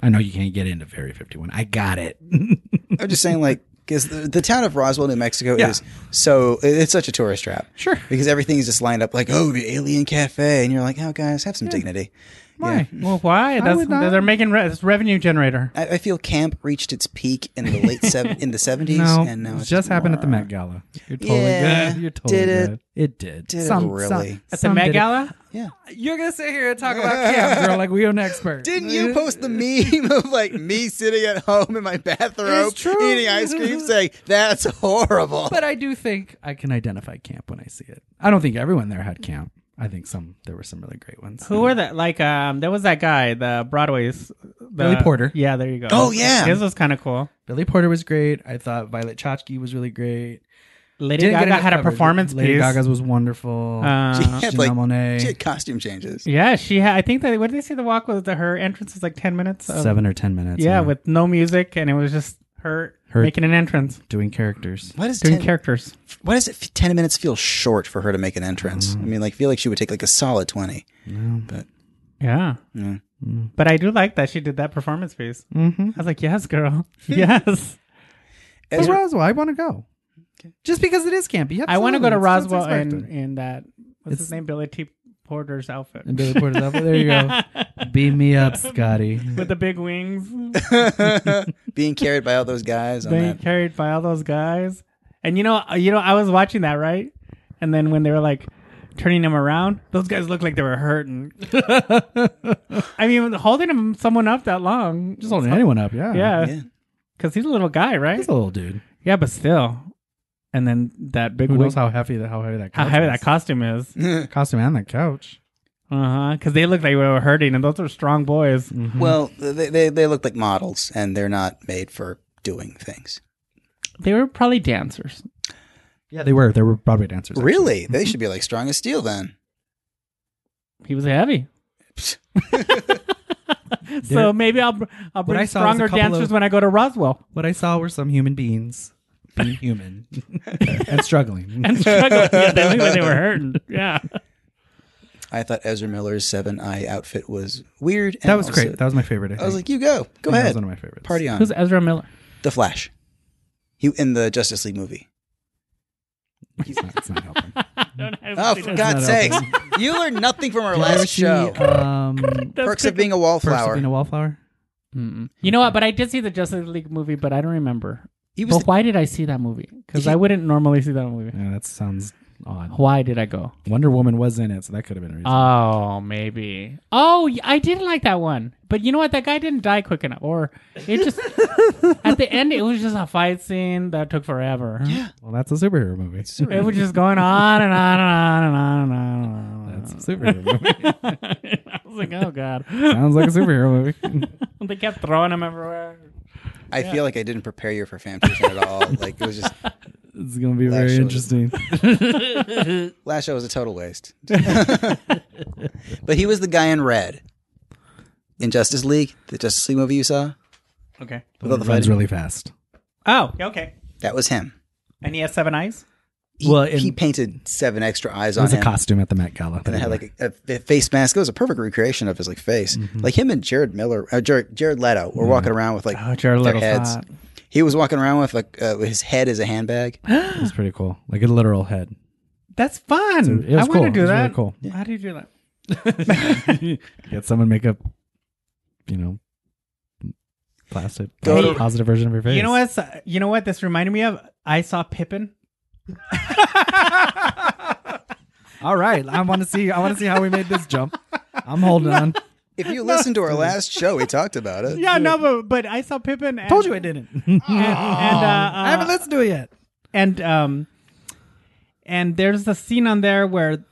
S1: I know you can't get into Ferry 51. I got it.
S3: I'm just saying, like, because the, the town of Roswell, New Mexico,
S1: Yeah.
S3: is so it- it's such a tourist trap.
S1: Sure.
S3: Because everything is just lined up like, oh, the alien cafe, and you're like, oh, guys, have some dignity.
S1: Why?
S2: Well, why? That's
S1: would not-
S2: they're making re- it's revenue generator.
S3: I, I feel camp reached its peak in the late seven in the 70s,
S1: No,
S3: and now
S1: it
S3: it's
S1: just, happened at the
S3: more-
S1: Met Gala. You're totally
S3: Yeah.
S1: good. You're totally
S3: Did it-
S1: good. It did.
S3: did it really?
S2: At the Met
S1: did it.
S2: Gala,
S3: Yeah.
S1: You're gonna sit here and talk about camp, girl, like we an expert.
S3: Didn't you post the meme of like me sitting at home in my bathrobe
S1: It's true.
S3: eating ice cream saying, that's horrible?
S1: But I do think I can identify camp when I see it. I don't think everyone there had camp. I think some there were some really great ones.
S2: who were that? Like, um, there was that guy, the Broadway's the,
S1: Billy Porter.
S2: Yeah, there you go.
S3: Oh, yeah.
S2: this was kind of cool.
S1: Billy Porter was great. I thought Violet Chachki was really great.
S2: Lady
S1: Didn't get
S2: Gaga
S1: enough
S2: had a
S1: coverage.
S2: performance
S1: Lady
S2: piece.
S1: Gaga's was wonderful.
S3: she
S2: Uh,
S3: had
S1: Janelle
S3: like
S1: Monáe.
S3: she had costume changes.
S2: yeah, she had. I think that what did they say the walk was? The, her entrance was like ten minutes. of-
S1: Seven or ten minutes.
S2: yeah, with no music, and it was just her,
S1: Her-
S2: making an entrance,
S1: doing characters.
S3: Why does,
S2: doing
S3: 10,
S2: characters.
S3: why does it f- 10 minutes feel short for her to make an entrance?
S1: Mm-hmm.
S3: I mean, like, feel like she would take like a solid Mm. 20. But
S2: Yeah.
S3: Yeah.
S2: But I do like that she did that performance piece.
S1: Mm-hmm.
S2: I was like, yes, girl, yes.
S1: That's
S3: Ezra,
S1: Roswell. I want to go. Just because it is campy.
S2: I want to go to Roswell in,
S1: and,
S2: in that what's
S1: It's-
S2: his name Billy T. Porter's outfit.
S1: and Billy Porter's outfit. There you
S2: Yeah.
S1: go. Beam me up, Scotty.
S2: with the big wings.
S3: Being carried by all those guys on
S2: being
S3: that.
S2: carried by all those guys. And you know, uh, you know, I was watching that right, and then when they were like turning him around, those guys looked like they were hurting. I mean, holding him someone up that long,
S1: Just holding anyone up, yeah.
S2: yeah,
S3: Yeah.
S2: because he's a little guy, right?
S1: He's a little dude.
S2: Yeah, but still. And then that big
S1: Who
S2: wig-
S1: knows how heavy that how heavy that
S2: how
S1: couch
S2: heavy
S1: is.
S2: that costume is.
S1: costume and that couch.
S2: Uh huh. Because they looked like they were hurting, and those are strong boys.
S1: Mm-hmm.
S3: Well, they, they they look like models, and they're not made for doing things.
S2: They were probably dancers.
S1: Yeah, they were. They were Broadway dancers. actually.
S3: Really, Mm-hmm. they should be like strong as steel. Then
S2: He was heavy. so
S1: They're-
S2: maybe I'll br- I'll
S1: What I
S2: bring
S1: saw was a
S2: stronger
S1: couple
S2: dancers
S1: of-
S2: when I go to Roswell.
S1: What I saw were some human beings being human and struggling.
S2: And struggle. yeah, they looked like they were hurting. Yeah.
S3: I thought Ezra Miller's seven eye outfit was weird. And
S1: that was
S3: also-
S1: great. That was my favorite. I,
S3: I was
S1: think.
S3: like, you go,
S1: Yeah, That
S3: go ahead,
S1: was one of my favorites.
S3: party on.
S2: Who's Ezra Miller?
S3: The Flash, he in the Justice League movie.
S1: It's not, it's not helping.
S3: Oh, for God's sakes! you learned nothing from our
S1: Did you ever
S3: last
S1: see,
S3: show.
S1: Um,
S3: Perks of being a wallflower.
S1: Flower. Wallflower.
S2: You know what? But I did see the Justice League movie, but I don't remember.
S3: he was
S2: But why did I see that movie? Because I wouldn't normally see that movie.
S1: Yeah, that sounds odd.
S2: Why did I go?
S1: Wonder Woman was in it, so that could have been a reason.
S2: Oh, maybe. Oh, y- I did like that one. But you know what? That guy didn't die quick enough. Or it just, at the end, it was just a fight scene that took forever. Yeah.
S1: well, that's a superhero movie.
S2: It was just going on and on and on and on and on. And on, and on.
S1: That's a superhero movie.
S2: I was like, oh god.
S1: Sounds like a superhero movie.
S2: they kept throwing him everywhere.
S3: I feel like I didn't prepare you for fan fiction at all. like it was just
S1: It's gonna be
S3: Last
S1: very
S3: show.
S1: interesting.
S3: last show was a total waste. but he was the guy in red in Justice League, the Justice League movie you saw
S2: Okay.
S3: with all the
S1: runs
S3: fighting.
S1: really fast.
S2: Oh, okay.
S3: that was him.
S2: And he has seven eyes.
S3: He,
S1: Well, and-
S3: he painted seven extra eyes
S1: It
S3: on
S1: was a
S3: him.
S1: costume at the Met Gala.
S3: and it had like a, a face mask. It was a perfect recreation of his like face.
S1: Mm-hmm.
S3: Like him and Jared Miller, uh, Jared, Jared Leto were walking around with like
S2: Oh, Jared
S3: their
S2: Leto's
S3: heads.
S2: hot.
S3: He was walking around with like uh, his head as a handbag.
S1: it was pretty cool. Like a literal head.
S2: That's fun.
S1: So it was
S2: I
S1: cool.
S2: want to
S1: It
S2: do
S1: was really
S2: that.
S1: cool.
S2: How do you do that?
S1: Get someone make a, you know, plastic
S3: Go to-
S1: positive version of your face.
S2: You know what? You know what? This reminded me of. I saw Pippin.
S1: All right, I want to see. I want to see how we made this jump. I'm holding on.
S3: If you listen to our last show, we talked about it.
S2: Yeah, no, but, but I saw Pippin. And,
S1: Told you I didn't.
S2: And, and, uh,
S1: I haven't listened to it yet.
S2: and um and there's a scene on there where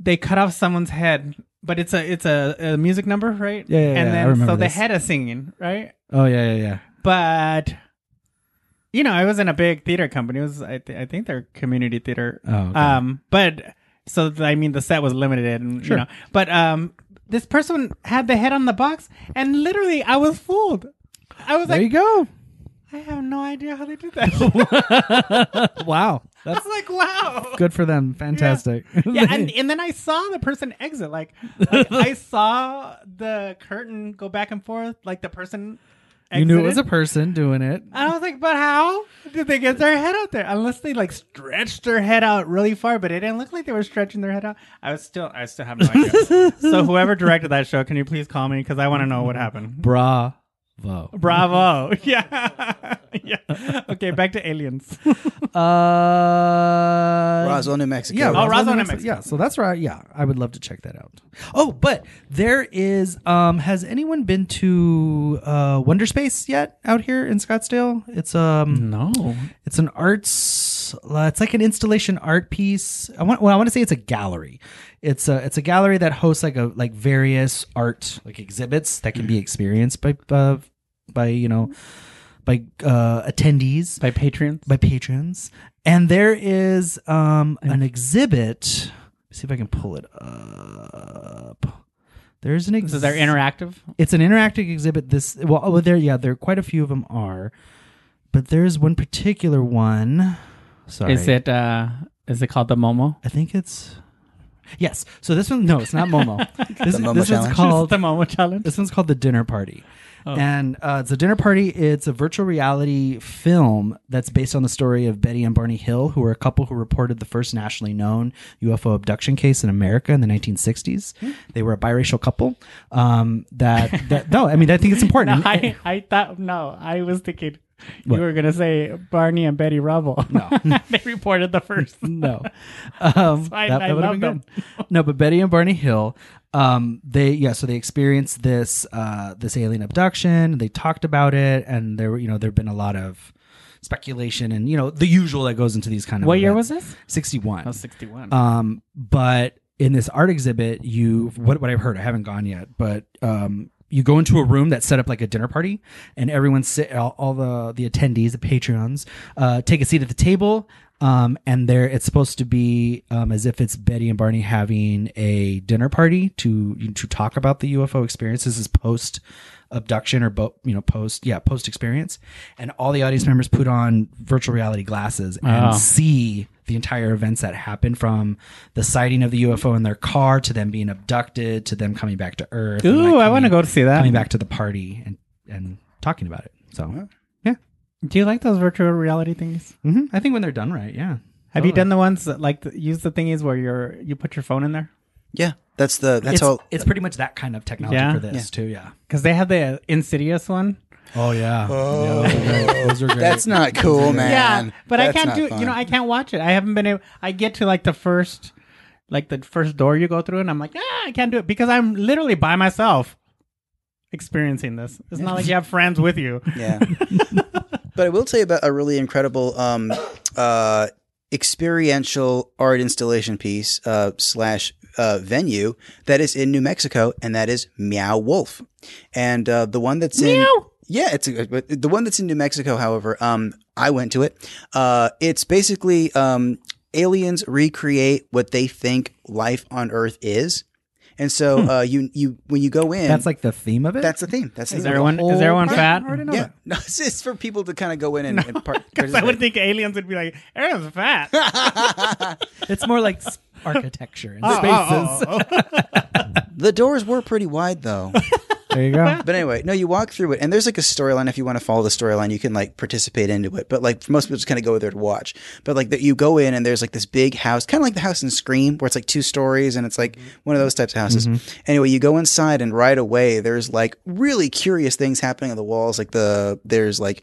S2: they cut off someone's head but it's a it's a, a music number right
S1: Yeah, yeah, yeah, I
S2: and then
S1: remember
S2: so the
S1: this.
S2: head is singing right
S1: Oh yeah, yeah, yeah.
S2: but you know it wasn't a big theater company it was i, th- I think they're community theater
S1: Oh, okay.
S2: um but so th- i mean the set was limited and you know but um this person had the head on the box and literally i was fooled i was
S1: There you
S2: like
S1: go.
S2: i have no idea how they did that
S1: Wow,
S2: i
S1: that's
S2: was like wow
S1: good for them. Fantastic.
S2: yeah, and, and then I saw the person exit. Like, like, I saw the curtain go back and forth. Like the person.
S1: you
S2: Exited.
S1: knew it was a person doing it.
S2: And I was like, but how did they get their head out there? Unless they like stretched their head out really far, but it didn't look like they were stretching their head out. I was still, I still have no idea. so whoever directed that show, can you please call me because I want to know what happened.
S1: Bravo.
S2: Bravo! Yeah, yeah. Okay, back to aliens.
S1: Uh,
S3: Roswell, New Mexico.
S1: Yeah,
S2: Roswell, New
S1: New
S2: Mexico.
S1: Yeah, so that's right. Yeah, I would love to check that out. Oh, but there is. Um, has anyone been to uh, Wonder Space yet out here in Scottsdale? It's um,
S2: no,
S1: it's an arts. uh, It's like an installation art piece. I want. Well, I want to say it's a gallery. It's a it's a gallery that hosts like a like various art like exhibits that
S2: Mm-hmm.
S1: can be experienced by uh, by you know by uh, attendees
S2: by Patreon.
S1: by patrons. And there is um, an exhibit. Let's see if I can pull it up. There's an
S2: This is
S1: exhibit.
S2: our interactive.
S1: it's an interactive exhibit. This well, oh, there, yeah, there. Quite a few of them are, but there's one particular one. Sorry,
S2: Is it? uh Is it called the Momo?
S1: I think it's. Yes. So this one, no, it's not Momo. this
S3: The Momo
S1: this one's
S3: Challenge?
S1: called
S2: the Momo challenge.
S1: this one's called the dinner party
S2: Oh.
S1: And uh, it's a dinner party. It's a virtual reality film that's based on the story of Betty and Barney Hill, who were a couple who reported the first nationally known UFO abduction case in America in the 1960s.
S2: Hmm.
S1: They were a biracial couple. Um, that, that no, I mean I think it's important.
S2: No,
S1: And-
S2: I, I thought no. I was thinking you were gonna say Barney and Betty Rubble. No, they reported the first.
S1: no. Um,
S2: why
S1: that,
S2: I
S1: would
S2: love
S1: have been good. no, but Betty and Barney Hill, um, they yeah, so they experienced this uh, this alien abduction. They talked about it, and there were you know there've been a lot of speculation and you know the usual that goes into these kind of
S2: What year was this? Uh,
S1: sixty one?
S2: I was sixty-one.
S1: Um, but in this art exhibit, you what what I've heard, I haven't gone yet, but um, you go into a room that's set up like a dinner party, and everyone sit all, all the the attendees, the patrons, uh, take a seat at the table. Um, and there, it's supposed to be um, as if it's Betty and Barney having a dinner party to to talk about the UFO experience. This is post abduction or bo- you know post yeah post experience, and all the audience members put on virtual reality glasses and
S2: Wow.
S1: see the entire events that happened from the sighting of the UFO in their car to them being abducted to them coming back to Earth. and, like,
S2: Ooh, I
S1: coming-
S2: want to go to see that.
S1: coming back to the party and and talking about it. So yeah,
S2: Do you like those virtual reality things?
S1: hmm I think when they're done right, yeah.
S2: Have you done the ones that like the, use the thingies where you're you put your phone in there?
S3: Yeah, that's the that's
S1: It's,
S3: all.
S1: it's pretty much that kind of technology
S2: Yeah?
S1: for this too. Yeah.
S2: Because they have the Insidious one.
S1: Oh yeah. those are great.
S3: That's not cool, man.
S2: yeah, but I
S3: That's
S2: can't
S3: not
S2: do. it. You
S3: fun.
S2: know, I can't watch it. I haven't been able. I get to like the first, like the first door you go through, and I'm like, ah, I can't do it because I'm literally by myself experiencing this. It's not like you have friends with you.
S3: Yeah. but I will tell you about a really incredible um, uh, experiential art installation piece uh, slash uh, venue that is in New Mexico, and that is Meow Wolf. And uh, the one that's in. Yeah, it's a, but the one that's in New Mexico. However, um, I went to it. Uh, it's basically um, aliens recreate what they think life on Earth is, and so uh, you you when you go in,
S1: that's like the theme of it.
S3: that's the theme. That's the
S2: Is
S3: theme of the
S2: everyone is
S1: whole
S2: everyone
S1: thing?
S2: fat?
S1: I already know
S3: yeah,
S1: that.
S3: no, it's just for people to kind of go in and, and part.
S2: Because I would think aliens would be like, everyone's fat. oh,
S1: It's more like s- architecture and
S2: oh,
S1: spaces.
S2: oh, oh.
S3: the doors were pretty wide though.
S1: There you go.
S3: but anyway, no, you walk through it, and there's like a storyline. If you want to follow the storyline, you can like participate into it. But like for most people, just kind of go there to watch. But like that, you go in, and there's like this big house, kind of like the house in Scream, where it's like two stories, and it's like one of those types of houses. Anyway, you go inside, and right away, there's like really curious things happening on the walls. Like the there's like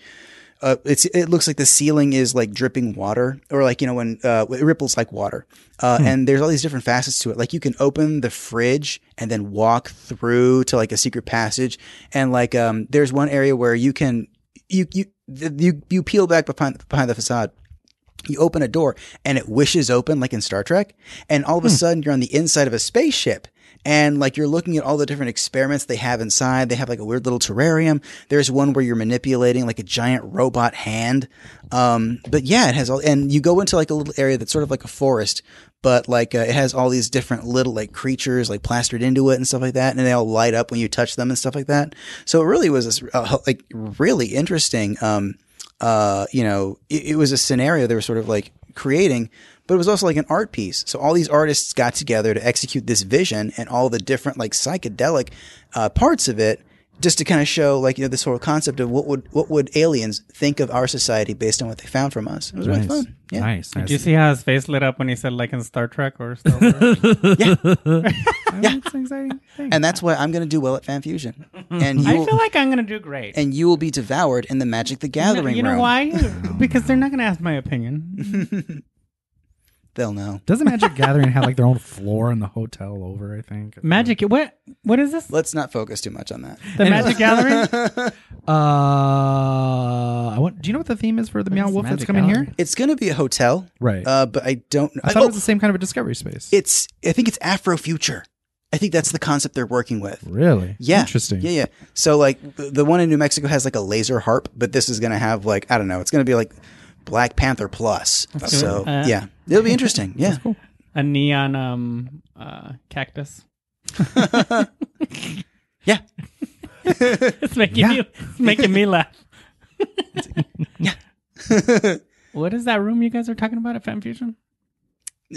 S3: uh, it's it looks like the ceiling is like dripping water, or like you know when uh, it ripples like water. Uh, And there's all these different facets to it. Like you can open the fridge and then walk through to like a secret passage, and like um, there's one area where you can you you th- you you peel back behind behind the facade. You open a door and it wishes open like in Star Trek, and all of a sudden you're on the inside of a spaceship. And like you're looking at all the different experiments they have inside. They have like a weird little terrarium. There's one where you're manipulating like a giant robot hand. Um, but yeah, it has all, and you go into like a little area that's sort of like a forest, but like uh, it has all these different little like creatures like plastered into it and stuff like that. And they all light up when you touch them and stuff like that. So it really was this, uh, like really interesting. Um, uh, you know, it, it was a scenario they were sort of like creating, but it was also like an art piece. So all these artists got together to execute this vision and all the different like psychedelic uh, parts of it, just to kind of show like you know this whole concept of what would what would aliens think of our society based on what they found from us. It was really fun. Yeah.
S1: Nice. nice.
S2: Do you see how his face lit up when he said like in Star Trek or Star Wars?
S1: yeah. It's an exciting thing.
S3: And that's why I'm going to do well at fan fusion, and
S2: I
S3: you
S2: feel
S3: will,
S2: like I'm gonna do great.
S3: and you will be devoured in the Magic the
S2: you know,
S3: Gathering
S2: you know
S3: room.
S2: why? because they're not gonna ask my opinion.
S3: They'll know.
S1: Doesn't Magic Gathering have like their own floor in the hotel over? I think
S2: Magic. What? What is this?
S3: Let's not focus too much on that.
S2: The Magic Gathering.
S1: Uh, I want. Do you know what the theme is for the meow
S2: is
S1: wolf that's
S2: Magic
S1: coming
S2: Hour?
S1: here?
S3: It's going to be a hotel,
S1: Right.
S3: uh, but I don't.
S1: I thought
S3: oh,
S1: it was the same kind of a discovery space.
S3: it's I think it's Afrofuture. I think that's the concept they're working with.
S1: really.
S3: Yeah.
S1: Interesting.
S3: Yeah, yeah. So like th- the one in New Mexico has like a laser harp, but this is going to have like I don't know, it's going to be like Black Panther plus. So
S2: Uh,
S3: yeah. It'll be interesting. Yeah.
S2: a neon um uh cactus.
S3: Yeah.
S2: It's making me it's making me laugh. what is that room you guys are talking about at Fan Fusion?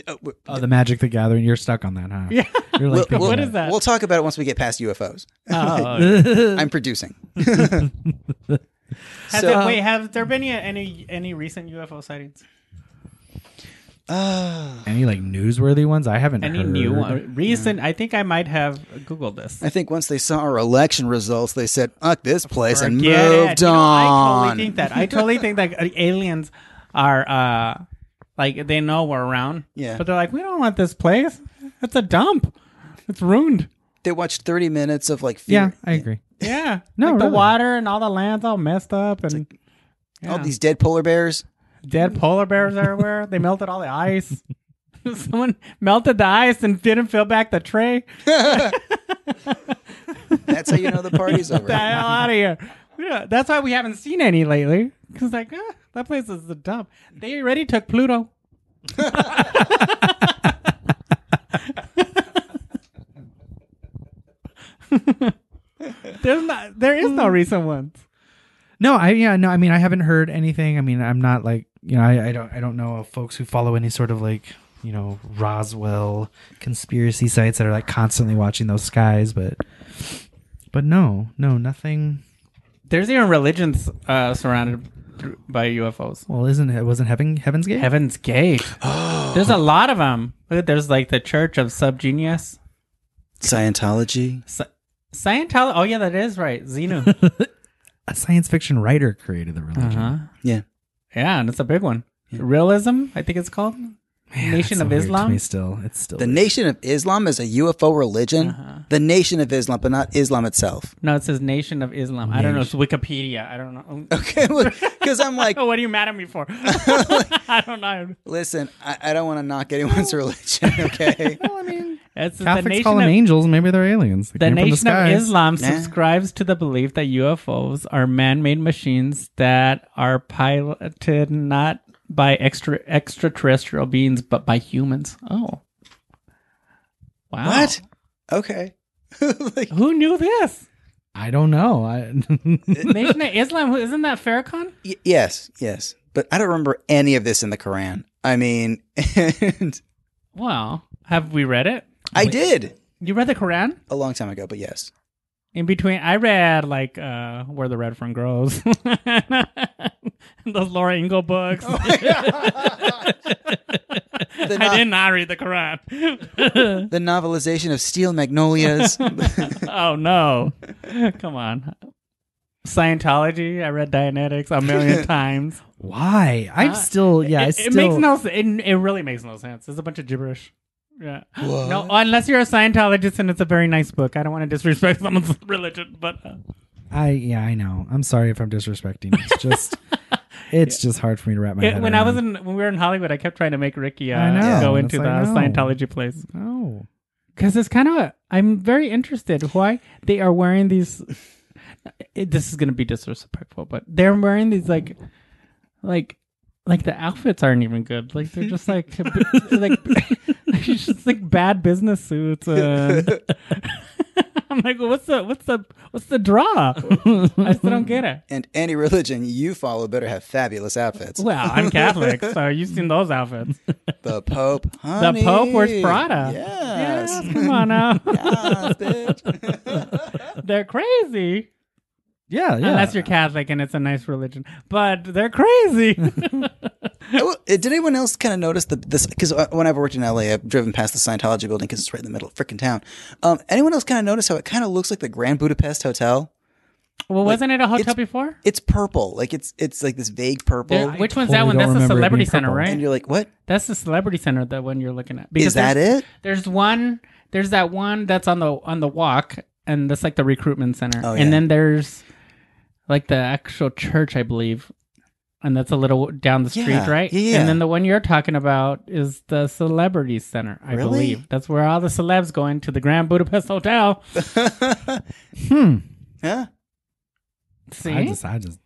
S3: uh, w-
S1: Oh, the Magic the Gathering. You're stuck on that, huh?
S2: Yeah.
S1: You're like,
S3: we'll- we'll-
S1: thinking
S2: What is that?
S3: We'll talk about it once we get past UFOs.
S2: Oh, okay.
S1: that?
S3: I'm producing.
S2: Has
S3: So- um,
S2: it- wait, have there been any any recent UFO sightings?
S3: Ah,
S1: Any like newsworthy ones? I haven't
S2: Any
S1: heard.
S2: new one? Recent? I think I might have googled this.
S3: I think once they saw our election results, they said, "Fuck this place," and
S2: Forget it.
S3: moved
S2: You know, I
S3: on.
S2: totally think that. I totally think that uh, aliens are uh like they know we're around.
S3: Yeah.
S2: But they're like, we don't want this place. It's a dump. It's ruined.
S3: they watched 30 minutes of like
S1: Yeah,
S3: fear.
S1: I agree.
S2: Yeah.
S1: No,
S2: Like, the
S1: really.
S2: water and all the land's all messed up and
S3: All
S2: yeah.
S3: these dead polar bears.
S2: dead polar bears everywhere. they melted all the ice. Someone melted the ice and didn't fill back the tray.
S3: That's how you know the party's over.
S2: the hell out of here. Yeah, that's why we haven't seen any lately. Because like ah, that place is the dump. They already took Pluto. There's not. There is no recent ones.
S1: No, I yeah, no, I mean I haven't heard anything. I mean, I'm not like you know, I, I don't I don't know of folks who follow any sort of like, you know, Roswell conspiracy sites that are like constantly watching those skies, but but no, no, nothing
S2: There's even religions uh, surrounded by UFOs.
S1: well isn't it wasn't heaven heaven's gate?
S2: Heaven's Gate. There's a lot of them. There's like the Church of Subgenius.
S3: Scientology.
S2: Sci- Scientology. Oh yeah, that is right. Xenu.
S1: Uh-huh. A science fiction writer created the religion.
S2: Uh-huh.
S3: Yeah.
S2: Yeah, and it's a big one. Realism, I think it's called.
S1: Man, that's
S2: Nation
S1: so
S2: of
S1: weird to
S2: Islam?
S1: me still. It's still
S3: The
S1: weird.
S3: Nation of Islam is a UFO religion. The Nation of Islam, but not Islam itself.
S2: No, it says Nation of Islam. I don't know. It's Wikipedia. I don't know.
S3: Okay, because I'm like,
S2: what are you mad at me for? I don't know.
S3: listen, I, I don't want to knock anyone's religion. Okay,
S1: well, I mean
S2: It's the
S1: Catholics
S2: nation
S1: call them
S2: of,
S1: angels, maybe they're aliens. They came
S2: the
S1: from
S2: nation of
S1: skies.
S2: Islam
S3: Yeah.
S2: subscribes to the belief that UFOs are man-made machines that are piloted not by extra extraterrestrial beings but by humans. Oh, wow!
S3: what? Okay, like,
S2: Who knew this?
S1: I don't know. I
S2: Nation of Islam. who- Isn't that Farrakhan?
S3: y- yes, yes, but I don't remember any of this in the Quran. I mean, and
S2: Wow. Have we read it?
S3: I did
S2: You read the Quran?
S3: a long time ago, but yes,
S2: In between, I read like uh, Where the Red Fern Grows, those Laura Ingle books.
S3: The
S2: I
S3: no-
S2: did not read the Quran.
S3: the novelization of Steel Magnolias.
S2: oh no! Come on, Scientology. I read Dianetics a million times.
S1: why? I'm
S2: Uh,
S1: still yeah, I
S2: it,
S1: still
S2: it makes no. s- It, it really makes no sense. It's a bunch of gibberish. Yeah. No, unless you're a Scientologist and it's a very nice book. I don't want to disrespect someone's religion, but uh,
S1: I yeah, I know. I'm sorry if I'm disrespecting. It's just it's just hard for me to wrap my
S2: it-
S1: head.
S2: when I was
S1: around.
S2: in when we were in Hollywood, I kept trying to make Ricky
S1: I
S2: uh,
S1: know.
S2: go
S1: It's
S2: into the
S1: like, no.
S2: Scientology place
S1: oh
S2: because it's kind of a, I'm very interested why they are wearing these. It, this is gonna be disrespectful, but they're wearing these like, like, like the outfits aren't even good. Like they're just like like it's just like bad business suits. And I'm like, what's the what's the what's the draw? I still don't get it.
S3: and any religion you follow better have fabulous outfits.
S2: Well, I'm Catholic, so you've seen those outfits.
S3: The Pope,
S2: The
S3: honey.
S2: Pope wears Prada.
S3: Yes.
S2: Yeah, come on now.
S3: Yes, bitch.
S2: they're crazy.
S1: yeah, yeah.
S2: Unless you're Catholic and it's a nice religion. But they're crazy.
S3: Oh, Did anyone else kind of notice the this? Because when I've worked in LA, I've driven past the Scientology building because it's right in the middle of freaking town. Um, anyone else kind of notice how it kind of looks like the Grand Budapest Hotel?
S2: well, wasn't it a hotel
S3: it's-
S2: before?
S3: It's purple, like it's it's like this vague purple,
S2: There- which one's that
S1: totally
S2: one?
S1: don't
S2: That's the
S1: remember it
S2: celebrity
S1: being
S2: center,
S1: purple.
S2: right?
S3: and you're like, what
S2: That's the celebrity center, the one you're looking at.
S3: is that
S2: there's-
S3: it?
S2: There's one there's that one that's on the on the walk and that's like the recruitment center.
S3: Oh, yeah.
S2: And then there's like the actual church, I believe. And that's a little down the street,
S3: Yeah,
S2: right?
S3: yeah, yeah.
S2: And then the one you're talking about is the celebrity center, I
S3: Really?
S2: believe. That's where all the celebs go into the Grand Budapest Hotel.
S1: hmm.
S3: Huh?
S2: See?
S1: I just, I just,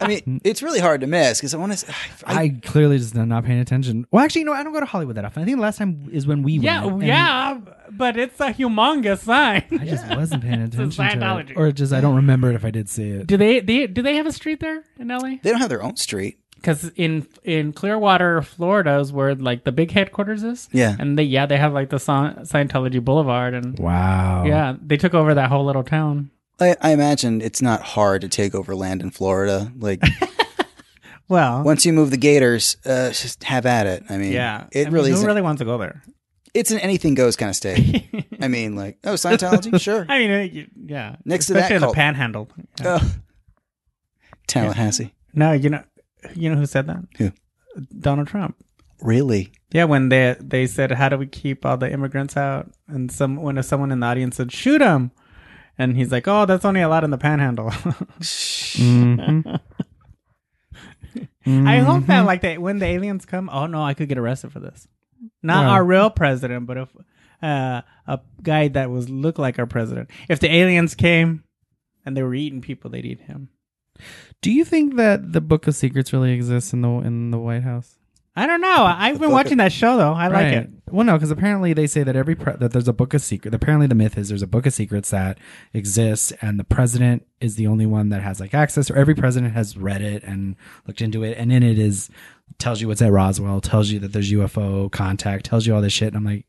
S3: I mean, it's really hard to miss because I want to. I,
S1: I clearly just am not paying attention. Well, actually, you know, I don't go to Hollywood that often. I think the last time is when we
S2: Yeah,
S1: went. and
S2: yeah, but it's a humongous
S1: I
S2: sign.
S1: just wasn't paying attention to
S2: Scientology.
S1: it, or just I don't remember it if I did see it.
S2: Do they, they do they have a street there in LA?
S3: they don't have their own street.
S2: because in in Clearwater, Florida, is where like the big headquarters is.
S3: Yeah.
S2: and they yeah they have like the Sa- Scientology Boulevard and
S1: Wow.
S2: yeah they took over that whole little town.
S3: I, I imagine it's not hard to take over land in Florida. Like
S2: Well,
S3: once you move the Gators, uh, just have at it. I mean,
S2: yeah,
S3: it
S2: I mean,
S3: really
S2: who
S3: is.
S2: really wants to go there?
S3: it's an anything goes kind of state. I mean, like oh Scientology, sure.
S2: I mean, it, you- yeah,
S3: Next to that
S2: especially in the
S3: cult.
S2: Panhandle. Yeah.
S3: Oh. Tallahassee,
S2: No, you know, you know who said that?
S3: Who?
S2: Donald Trump.
S3: really?
S2: Yeah, when they they said, "How do we keep all the immigrants out?" and some when someone in the audience said, "Shoot them," and he's like, "Oh, that's only allowed in the Panhandle."
S1: Mhm.
S2: I hope that like that when the aliens come, oh no, I could get arrested for this. Not
S1: Wow.
S2: our real president, but if uh, a guy that was looked like our president. If the aliens came and they were eating people, they'd eat him.
S1: Do you think that the Book of Secrets really exists in the in the White House?
S2: I don't know. I've been watching that show though. I like it.
S1: Well, no, because apparently they say that every pre- that there's a book of secret. Apparently, the myth is there's a book of secrets that exists, and the president is the only one that has like access, or every president has read it and looked into it, and in it is tells you what's at Roswell, tells you that there's UFO contact, tells you all this shit. And I'm like,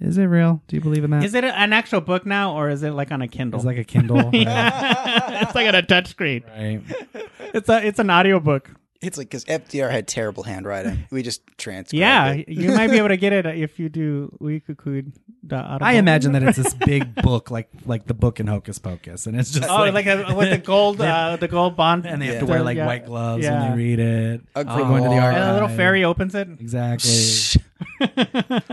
S1: is it real? Do you believe in that?
S2: Is it a- an actual book now, or is it like on a Kindle?
S1: It's like a Kindle, right?
S2: it's like on a touchscreen.
S1: right?
S2: It's a it's an audiobook.
S3: It's like because FDR had terrible handwriting. We just transcribed.
S2: Yeah,
S3: it.
S2: you might be able to get it if you do weekukud.
S1: I imagine that it's this big book, like like the book in Hocus Pocus, and it's just
S2: Oh, like, a, with the gold, uh, the gold bond,
S1: and they have
S3: Yeah.
S1: to wear like
S2: Yeah.
S1: white gloves
S2: Yeah.
S1: when they read it.
S3: Ugly
S1: They go into the
S3: wall.
S2: And
S1: archive.
S2: the little fairy opens it.
S1: Exactly.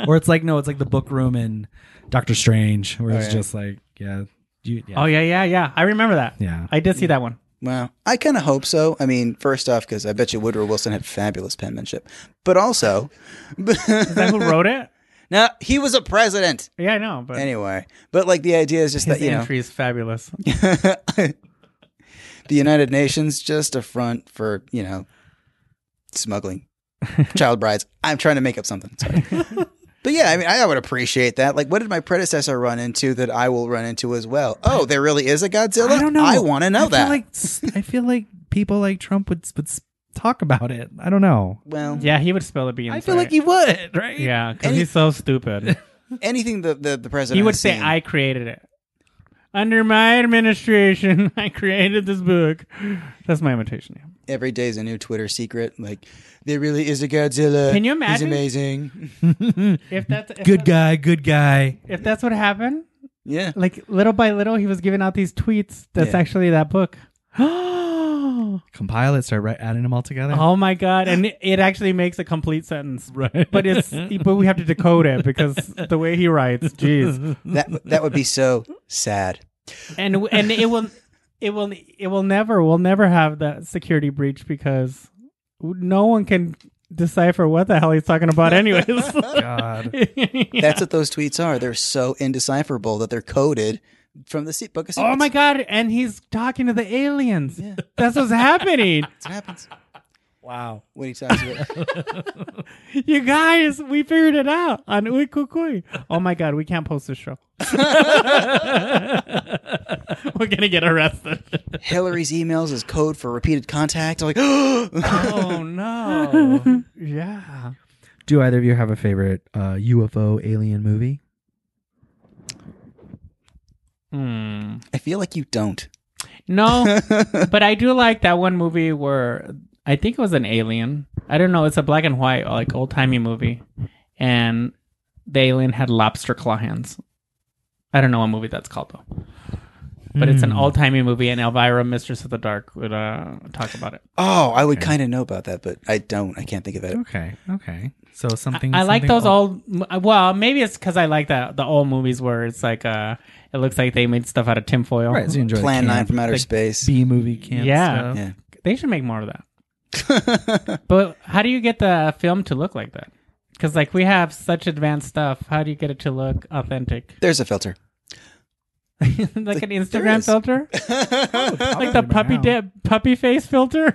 S1: or it's like no, it's like the book room in Doctor Strange, where it's
S3: yeah.
S1: just like Oh, yeah, you, yeah,
S2: Oh yeah, yeah, yeah. I remember that.
S1: yeah.
S2: I did see that one.
S3: Wow. I kind of hope so. I mean, first off, because I bet you Woodrow Wilson had fabulous penmanship, but also,
S2: Is that who wrote it?
S3: now he was a president
S2: Yeah, I know. But
S3: anyway. But like the idea is just
S2: Uh, his
S3: that you know
S2: entry is fabulous.
S3: the United Nations just a front for you know smuggling child brides. I'm trying to make up something. Sorry. But yeah, I mean, I would appreciate that. Like, what did my predecessor run into that I will run into as well? Oh, there really is a Godzilla.
S1: I don't know.
S3: I want to know
S1: I
S3: that.
S1: Feel like s- I feel like people like Trump would s- would s- talk about it. I don't know.
S3: well,
S2: Yeah, he would spell it being.
S1: I feel like he would, right?
S2: Yeah, because
S3: And he-
S2: he's so stupid.
S3: anything the the, the president
S2: he would
S3: has
S2: say,
S3: seen.
S2: "I created it." Under my administration, I created this book. That's my imitation. Yeah.
S3: Every day's a new Twitter secret. Like, there really is a Godzilla.
S2: Can you imagine?
S3: He's amazing.
S2: If that's if
S1: Good
S2: that-
S1: guy, good guy.
S2: if that's what happened,
S3: Yeah.
S2: like little by little, he was giving out these tweets. That's
S3: Yeah.
S2: actually that book. Oh.
S1: Compile it, start right, adding them all together.
S2: Oh my god! And it- it actually makes a complete sentence, right? But it's but we have to decode it because the way he writes, jeez.
S3: That that would be so sad.
S2: And w- and it will it will it will never we'll never have that security breach because no one can decipher what the hell he's talking about, anyways.
S1: God.
S3: That's what those tweets are. They're so indecipherable that they're coded from the se- book of secrets.
S2: oh my god! And he's talking to the aliens.
S3: Yeah.
S2: That's what's happening.
S3: That's what happens
S1: Wow.
S3: when he talks about
S2: You guys, we figured it out on Uy Kukui. Oh my god, we can't post this show. We're gonna get arrested.
S3: Hillary's emails is code for repeated contact. I'm like, oh,
S2: Oh no. yeah.
S1: Do either of you have a favorite uh, UFO alien movie?
S2: Hmm.
S3: I feel like you don't.
S2: No, but I do like that one movie where I think it was an alien. I don't know. It's a black and white, like old timey movie, and the alien had lobster claw hands. I don't know what movie that's called though. But it's
S1: Hmm.
S2: an old timey movie, and Elvira, Mistress of the Dark, would uh, talk about it.
S3: Oh, I would kind of know about that, but I don't. I can't think of it.
S1: Okay. Okay. So something.
S2: I like
S1: something
S2: those old. m- Well, maybe it's because I like that the old movies where it's like uh, it looks like they made stuff out of tinfoil.
S1: Right. So you enjoy the
S3: Plan Nine
S1: camp,
S3: from Outer
S1: the
S3: Space.
S1: B movie camp.
S2: Yeah.
S1: stuff.
S3: yeah.
S2: They should make more of that. But how do you get the film to look like that? Because like we have such advanced stuff. How do you get it to look authentic?
S3: There's a filter.
S2: like, an Instagram
S3: is.
S2: filter, like the
S1: by
S2: puppy
S1: now.
S2: dip, puppy face filter.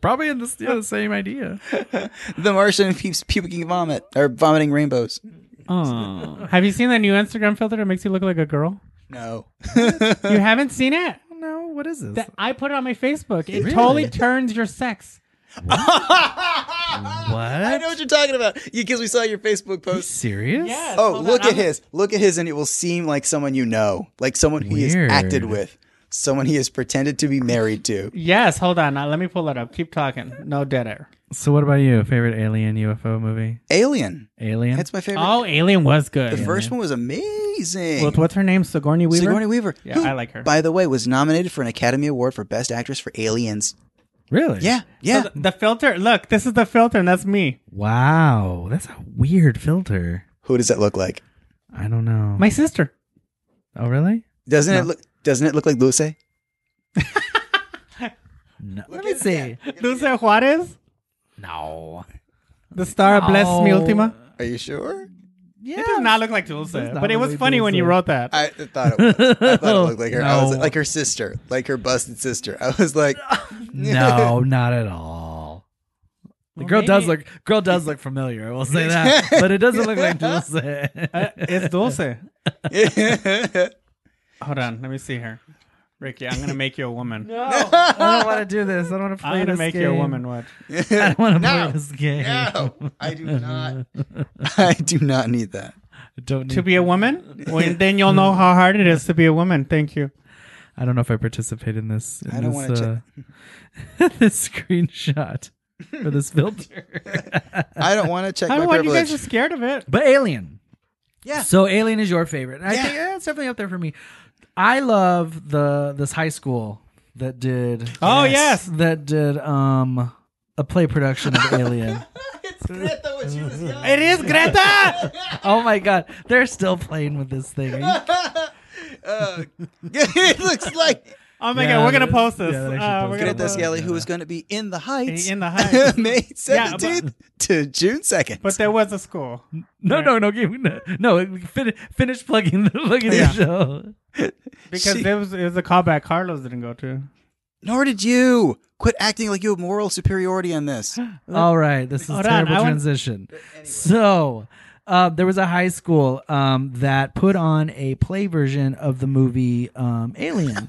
S1: Probably in the, yeah, the same idea.
S3: The Martian keeps puking vomit or vomiting rainbows.
S2: oh, have you seen the new Instagram filter that makes you look like a girl?
S3: No.
S2: You haven't seen it?
S1: No, what is this?
S2: That I put it on my Facebook. It
S1: Really?
S2: totally turns your sex.
S3: I know what you're talking about. Because we saw your Facebook
S1: Are you
S3: post.
S1: serious?
S2: Yes.
S3: Oh,
S2: Hold on,
S3: look at
S2: I'm-
S3: his. Look at his, and it will seem like someone you know, like someone he has
S1: Weird.
S3: acted with, someone he has pretended to be married to.
S2: Yes, hold on. Now, let me pull it up. Keep talking. No dead air.
S1: So what about you? Favorite alien UFO movie?
S3: Alien.
S1: Alien.
S3: That's my favorite.
S2: Oh, Alien was
S3: the
S2: good.
S3: first one was amazing.
S2: With what's her name? Sigourney Weaver.
S3: Sigourney Weaver.
S2: Yeah,
S3: who,
S2: I like her.
S3: By the way, was nominated for an Academy Award for Best Actress for Aliens.
S1: really?
S3: Yeah, yeah.
S2: The, the filter. Look, this is the filter, and that's me.
S1: Wow, that's a weird filter.
S3: Who does that look like?
S1: I don't know.
S2: My sister.
S1: oh, really?
S3: Doesn't it look? Doesn't it look like Luce?
S1: No. Let me see.
S2: Luce Juarez.
S1: No.
S2: The star bless me
S1: No.
S2: ultima.
S3: Are you sure?
S1: Yeah.
S2: It does not look like Dulce,
S1: does not
S2: but it
S1: look
S2: was
S1: like
S2: funny when
S1: Dulce.
S2: you wrote that.
S3: I thought it. Was. I thought it looked like her. I was
S1: No.
S3: like her sister, like her busted sister. I was like,
S1: no, not at all. The
S2: Well,
S1: girl does
S2: maybe-
S1: look girl does look familiar. I will say that, but it doesn't look like Dulce.
S2: Uh, it's Dulce.
S3: I
S2: Hold on, let me see her. Ricky, I'm gonna make you a woman.
S1: I don't want to do this. I don't want to play
S2: I'm gonna
S1: this
S2: make
S1: game.
S2: you a woman. Watch.
S1: I don't want to play
S3: No.
S1: this game.
S3: do not. I do not need that.
S1: Don't
S2: To
S1: need,
S2: be a woman, well, then you'll know how hard it is to be a woman. Thank you.
S1: I don't know if I participate in this. In
S3: I don't
S1: this,
S3: wanna
S1: uh, this screenshot for this filter.
S3: I don't want to check
S2: I don't
S3: my
S2: know why you guys are
S3: privilege.
S2: scared of it.
S1: But Alien.
S3: Yeah.
S1: So Alien is your favorite. And I
S3: Yeah.
S1: think that's definitely up there for me. I love the this high school that did
S2: Oh, Yes. yes.
S1: that did um a play production of Alien.
S2: It is Greta.
S1: oh my god, they're still playing with this thing. Are you-
S3: Uh, it looks like
S2: Oh my
S1: Yeah,
S2: god, we're gonna
S1: that-
S2: post this.
S1: yeah, that actually
S2: Uh,
S1: does
S2: we're
S1: look
S2: gonna
S1: like
S3: Greta
S1: that.
S2: post
S1: Yeah.
S3: Skelly, who was going to be in the Heights
S2: in the heights.
S3: May
S2: Yeah, but-
S3: seventeenth to June second.
S2: But there was a school.
S1: no, no, no, give no, no fin- finish plugging the plugging the
S2: Yeah.
S1: show.
S2: Because
S3: She-
S2: there was it was a callback Carlos didn't go to.
S3: Nor did you quit acting like you have moral superiority on this.
S1: All right, this is
S2: Hold on,
S1: terrible
S2: I want-
S1: transition. So, uh, there was a high school um, that put on a play version of the movie um, Alien,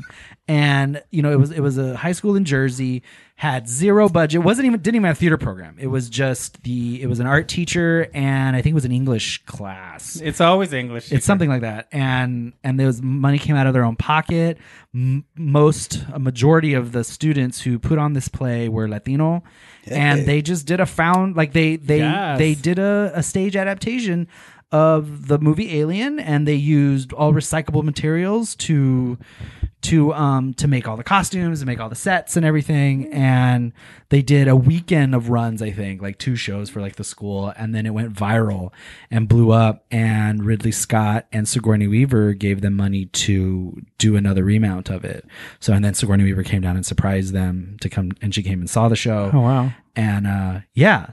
S1: and you know it was it was a high school in Jersey had zero budget, wasn't even didn't even have a theater program. It was just the it was an art teacher and I think it was an English class.
S2: It's always English.
S1: It's something like that, and and there was money came out of their own pocket. M- most a majority of the students who put on this play were Latino, and they just did a found like they they
S2: Yes.
S1: they did a, a stage adaptation of the movie Alien, and they used all recyclable materials to to um to make all the costumes and make all the sets and everything and they did a weekend of runs i think like two shows for like the school and then it went viral and blew up and ridley scott and sigourney weaver gave them money to do another remount of it so and then sigourney weaver came down and surprised them to come and she came and saw the show
S2: Oh wow.
S1: and uh yeah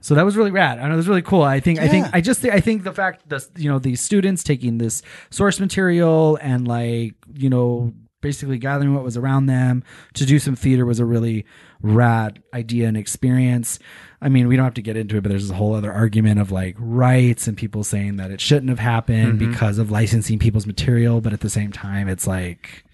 S1: so that was really rad. I know it was really cool. I think I think
S3: Yeah.
S1: I just thi- I think the fact that you know these students taking this source material and like you know basically gathering what was around them to do some theater was a really rad idea and experience. I mean, we don't have to get into it, but there's a whole other argument of like rights and people saying that it shouldn't have happened because of licensing people's material, but at the same time, it's like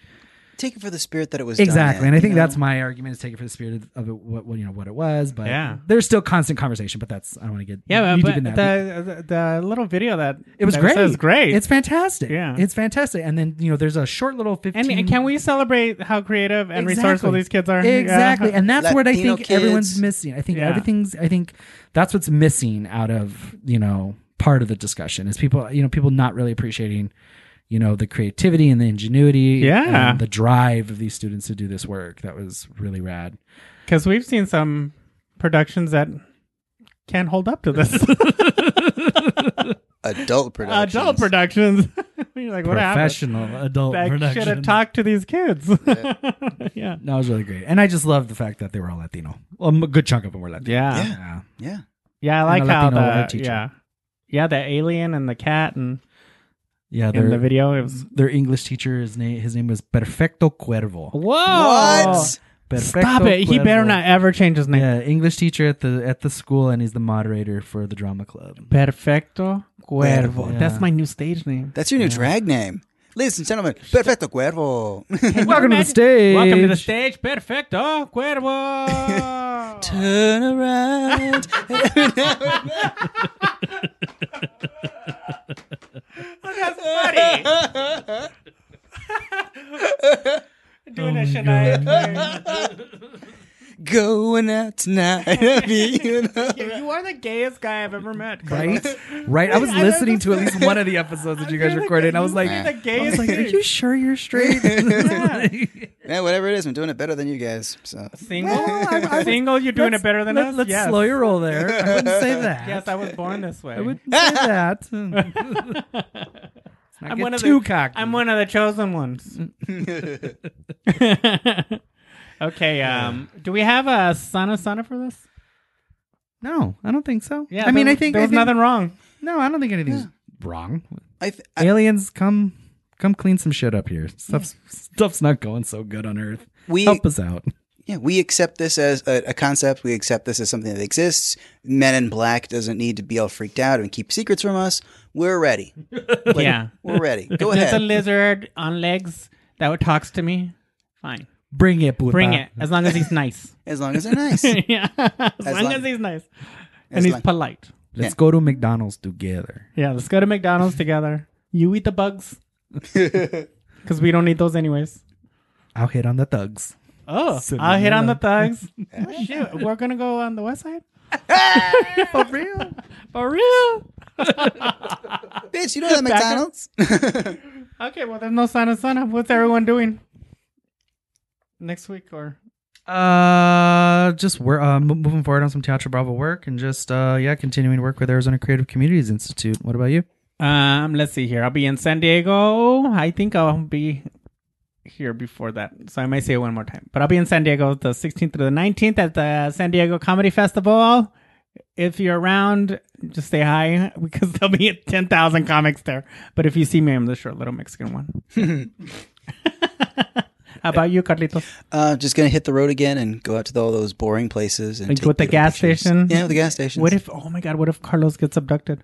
S3: Take it for the spirit that it was. done
S1: exactly
S3: in,
S1: and i
S3: you
S1: think
S3: know?
S1: that's my argument is take it for the spirit of- of it, what, what you know what it was but
S2: Yeah.
S1: there's still constant conversation but that's i don't want to get
S2: Yeah,
S1: knee deep
S2: but,
S1: in
S2: but
S1: that.
S2: the, the the little video that
S1: it was
S2: that
S1: great
S2: It was great.
S1: it's fantastic
S2: Yeah.
S1: it's fantastic and then you know there's a short little 15
S2: and, and can we celebrate how creative and resourceful
S1: Exactly.
S2: these kids are? Yeah.
S1: Exactly. And that's what I
S3: Latino
S1: think everyone's
S3: kids.
S1: missing. I think
S2: Yeah.
S1: everything's I think that's what's missing out of, you know, part of the discussion is people, you know, people not really appreciating, you know, the creativity and the ingenuity
S2: Yeah.
S1: and the drive of these students to do this work. That was really rad.
S2: Because we've seen some productions that can't hold up to this.
S3: adult production.
S2: Adult productions. You're like, what happened?
S1: Professional adult
S2: That
S1: production.
S2: should have talked to these kids. yeah.
S1: That was really great, and I just loved the fact that they were all Latino. Well, a good chunk of them were Latino.
S2: Yeah.
S3: Yeah.
S1: Yeah.
S3: Yeah.
S2: Yeah, I
S1: And
S2: like
S1: a
S2: how
S1: Latino art
S2: the
S1: teacher.
S2: yeah, yeah, the alien and the cat and
S1: yeah,
S2: in the
S1: their,
S2: video it was
S1: their English teacher, his name, his name was Perfecto Cuervo.
S2: whoa.
S3: What?
S1: Perfecto
S2: Oh, Stop it! He better
S1: Cuervo.
S2: not ever change his name.
S1: Yeah, English teacher at the at the school, and he's the moderator for the drama club.
S2: Perfecto Cuervo.
S1: Yeah.
S2: That's my new stage name.
S3: That's your new drag name. Ladies and gentlemen, perfecto cuervo.
S2: Can you
S1: Welcome to the
S2: imagine- Welcome to the
S1: stage.
S2: stage. Perfecto, Cuervo.
S3: Turn around.
S2: That's funny.
S1: Oh
S2: Doing a Shania.
S3: Going out tonight. Being a-
S2: Twain. You are the gayest guy I've ever met. Cuervo.
S1: Right, right. I was
S2: I
S1: listening to at
S2: understand.
S1: least one of the episodes that you guys
S2: You're the
S1: recorded,
S2: gay-
S1: and I was
S2: you
S1: like,
S2: are
S1: I
S2: the gayest.
S1: was like, "Are
S2: dude.
S1: you sure you're straight?"
S2: Yeah.
S3: yeah, whatever it is, I'm doing it better than you guys. So
S2: Single? Single, you're doing
S1: Let's-
S2: it better than
S1: let-
S2: us?
S1: Let's
S2: yes.
S1: slow your roll there. I wouldn't say that.
S2: Yes, I was born this way.
S1: I wouldn't say that. Hmm.
S2: I'm
S1: I'm
S2: one of
S1: too
S2: the-
S1: cocky.
S2: I'm one of the chosen ones. okay, um, do we have a sauna sauna for this?
S1: No, I don't think so.
S2: Yeah,
S1: I mean,
S2: there-
S1: I think
S2: there was
S1: I think-
S2: nothing wrong.
S1: No, I don't think anything's wrong.
S3: I, th- I
S1: Aliens, come, come clean some shit up here. Stuff's stuff's not going so good on Earth.
S3: we
S1: Help us out.
S3: yeah we accept this as a, a concept. We accept this as something that exists. Men in Black doesn't need to be all freaked out and keep secrets from us. We're ready. Like,
S2: yeah.
S3: we're ready. Go
S2: There's a
S3: ahead.
S2: lizard on legs that talks to me. Fine.
S1: Bring it, puta.
S2: Bring it, as long as he's nice.
S3: as long as they're nice.
S2: yeah. As, long,
S3: long-
S2: as he's nice.
S3: as
S2: And he's
S3: long-
S2: polite.
S1: Let's go to McDonald's together.
S2: Yeah, let's go to McDonald's together. You eat the bugs. Because we don't need those anyways.
S1: I'll hit on the thugs.
S2: Oh,
S1: So
S2: I'll hit on the
S1: now-
S2: thugs. Oh, Shoot, we're gonna go on the west side
S1: For real?
S2: for real.
S3: Bitch, you know that
S2: Back up.
S3: McDonald's?
S2: Okay, well, there's no sign of sun up. What's everyone doing next week or?
S1: Uh, just we're uh, mo- moving forward on some Teatro Bravo work and just uh, yeah, continuing to work with Arizona Creative Communities Institute. What about you?
S2: Um, let's see here. I'll be in San Diego. I think I'll be here before that, so I might say it one more time. But I'll be in San Diego the 16th through the 19th at the San Diego Comedy Festival. If you're around, just say hi because there'll be 10,000 comics there. But if you see me, I'm the short little Mexican one. How about you, Carlitos?
S3: Uh, just gonna hit the road again and go out to all those boring places and
S2: Like
S3: take
S2: with the
S3: beautiful
S2: gas
S3: pictures.
S2: station?
S3: Yeah, with the gas station.
S2: What if? Oh my God! What if Carlos gets abducted?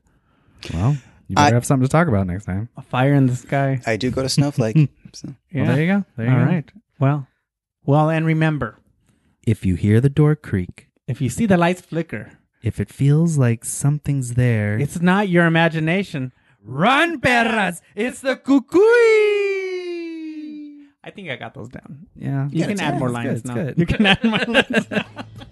S1: Well, you
S3: I-
S1: better have something to talk about next time.
S2: A fire in the sky.
S3: I do go to Snowflake? so.
S2: Yeah.
S1: Well, there you go. There you
S2: All
S1: go.
S2: right. Well, well, and remember,
S1: If you hear the door creak,
S2: if you see the lights flicker,
S1: if it feels like something's there,
S2: it's not your imagination.
S1: run, perras! It's the cucuy.
S2: I think I got those down.
S1: Yeah,
S2: You can
S3: it's
S2: add
S3: good.
S2: more
S1: It's
S2: lines
S1: good,
S2: now.
S1: it's good.
S2: You can add more lines. now.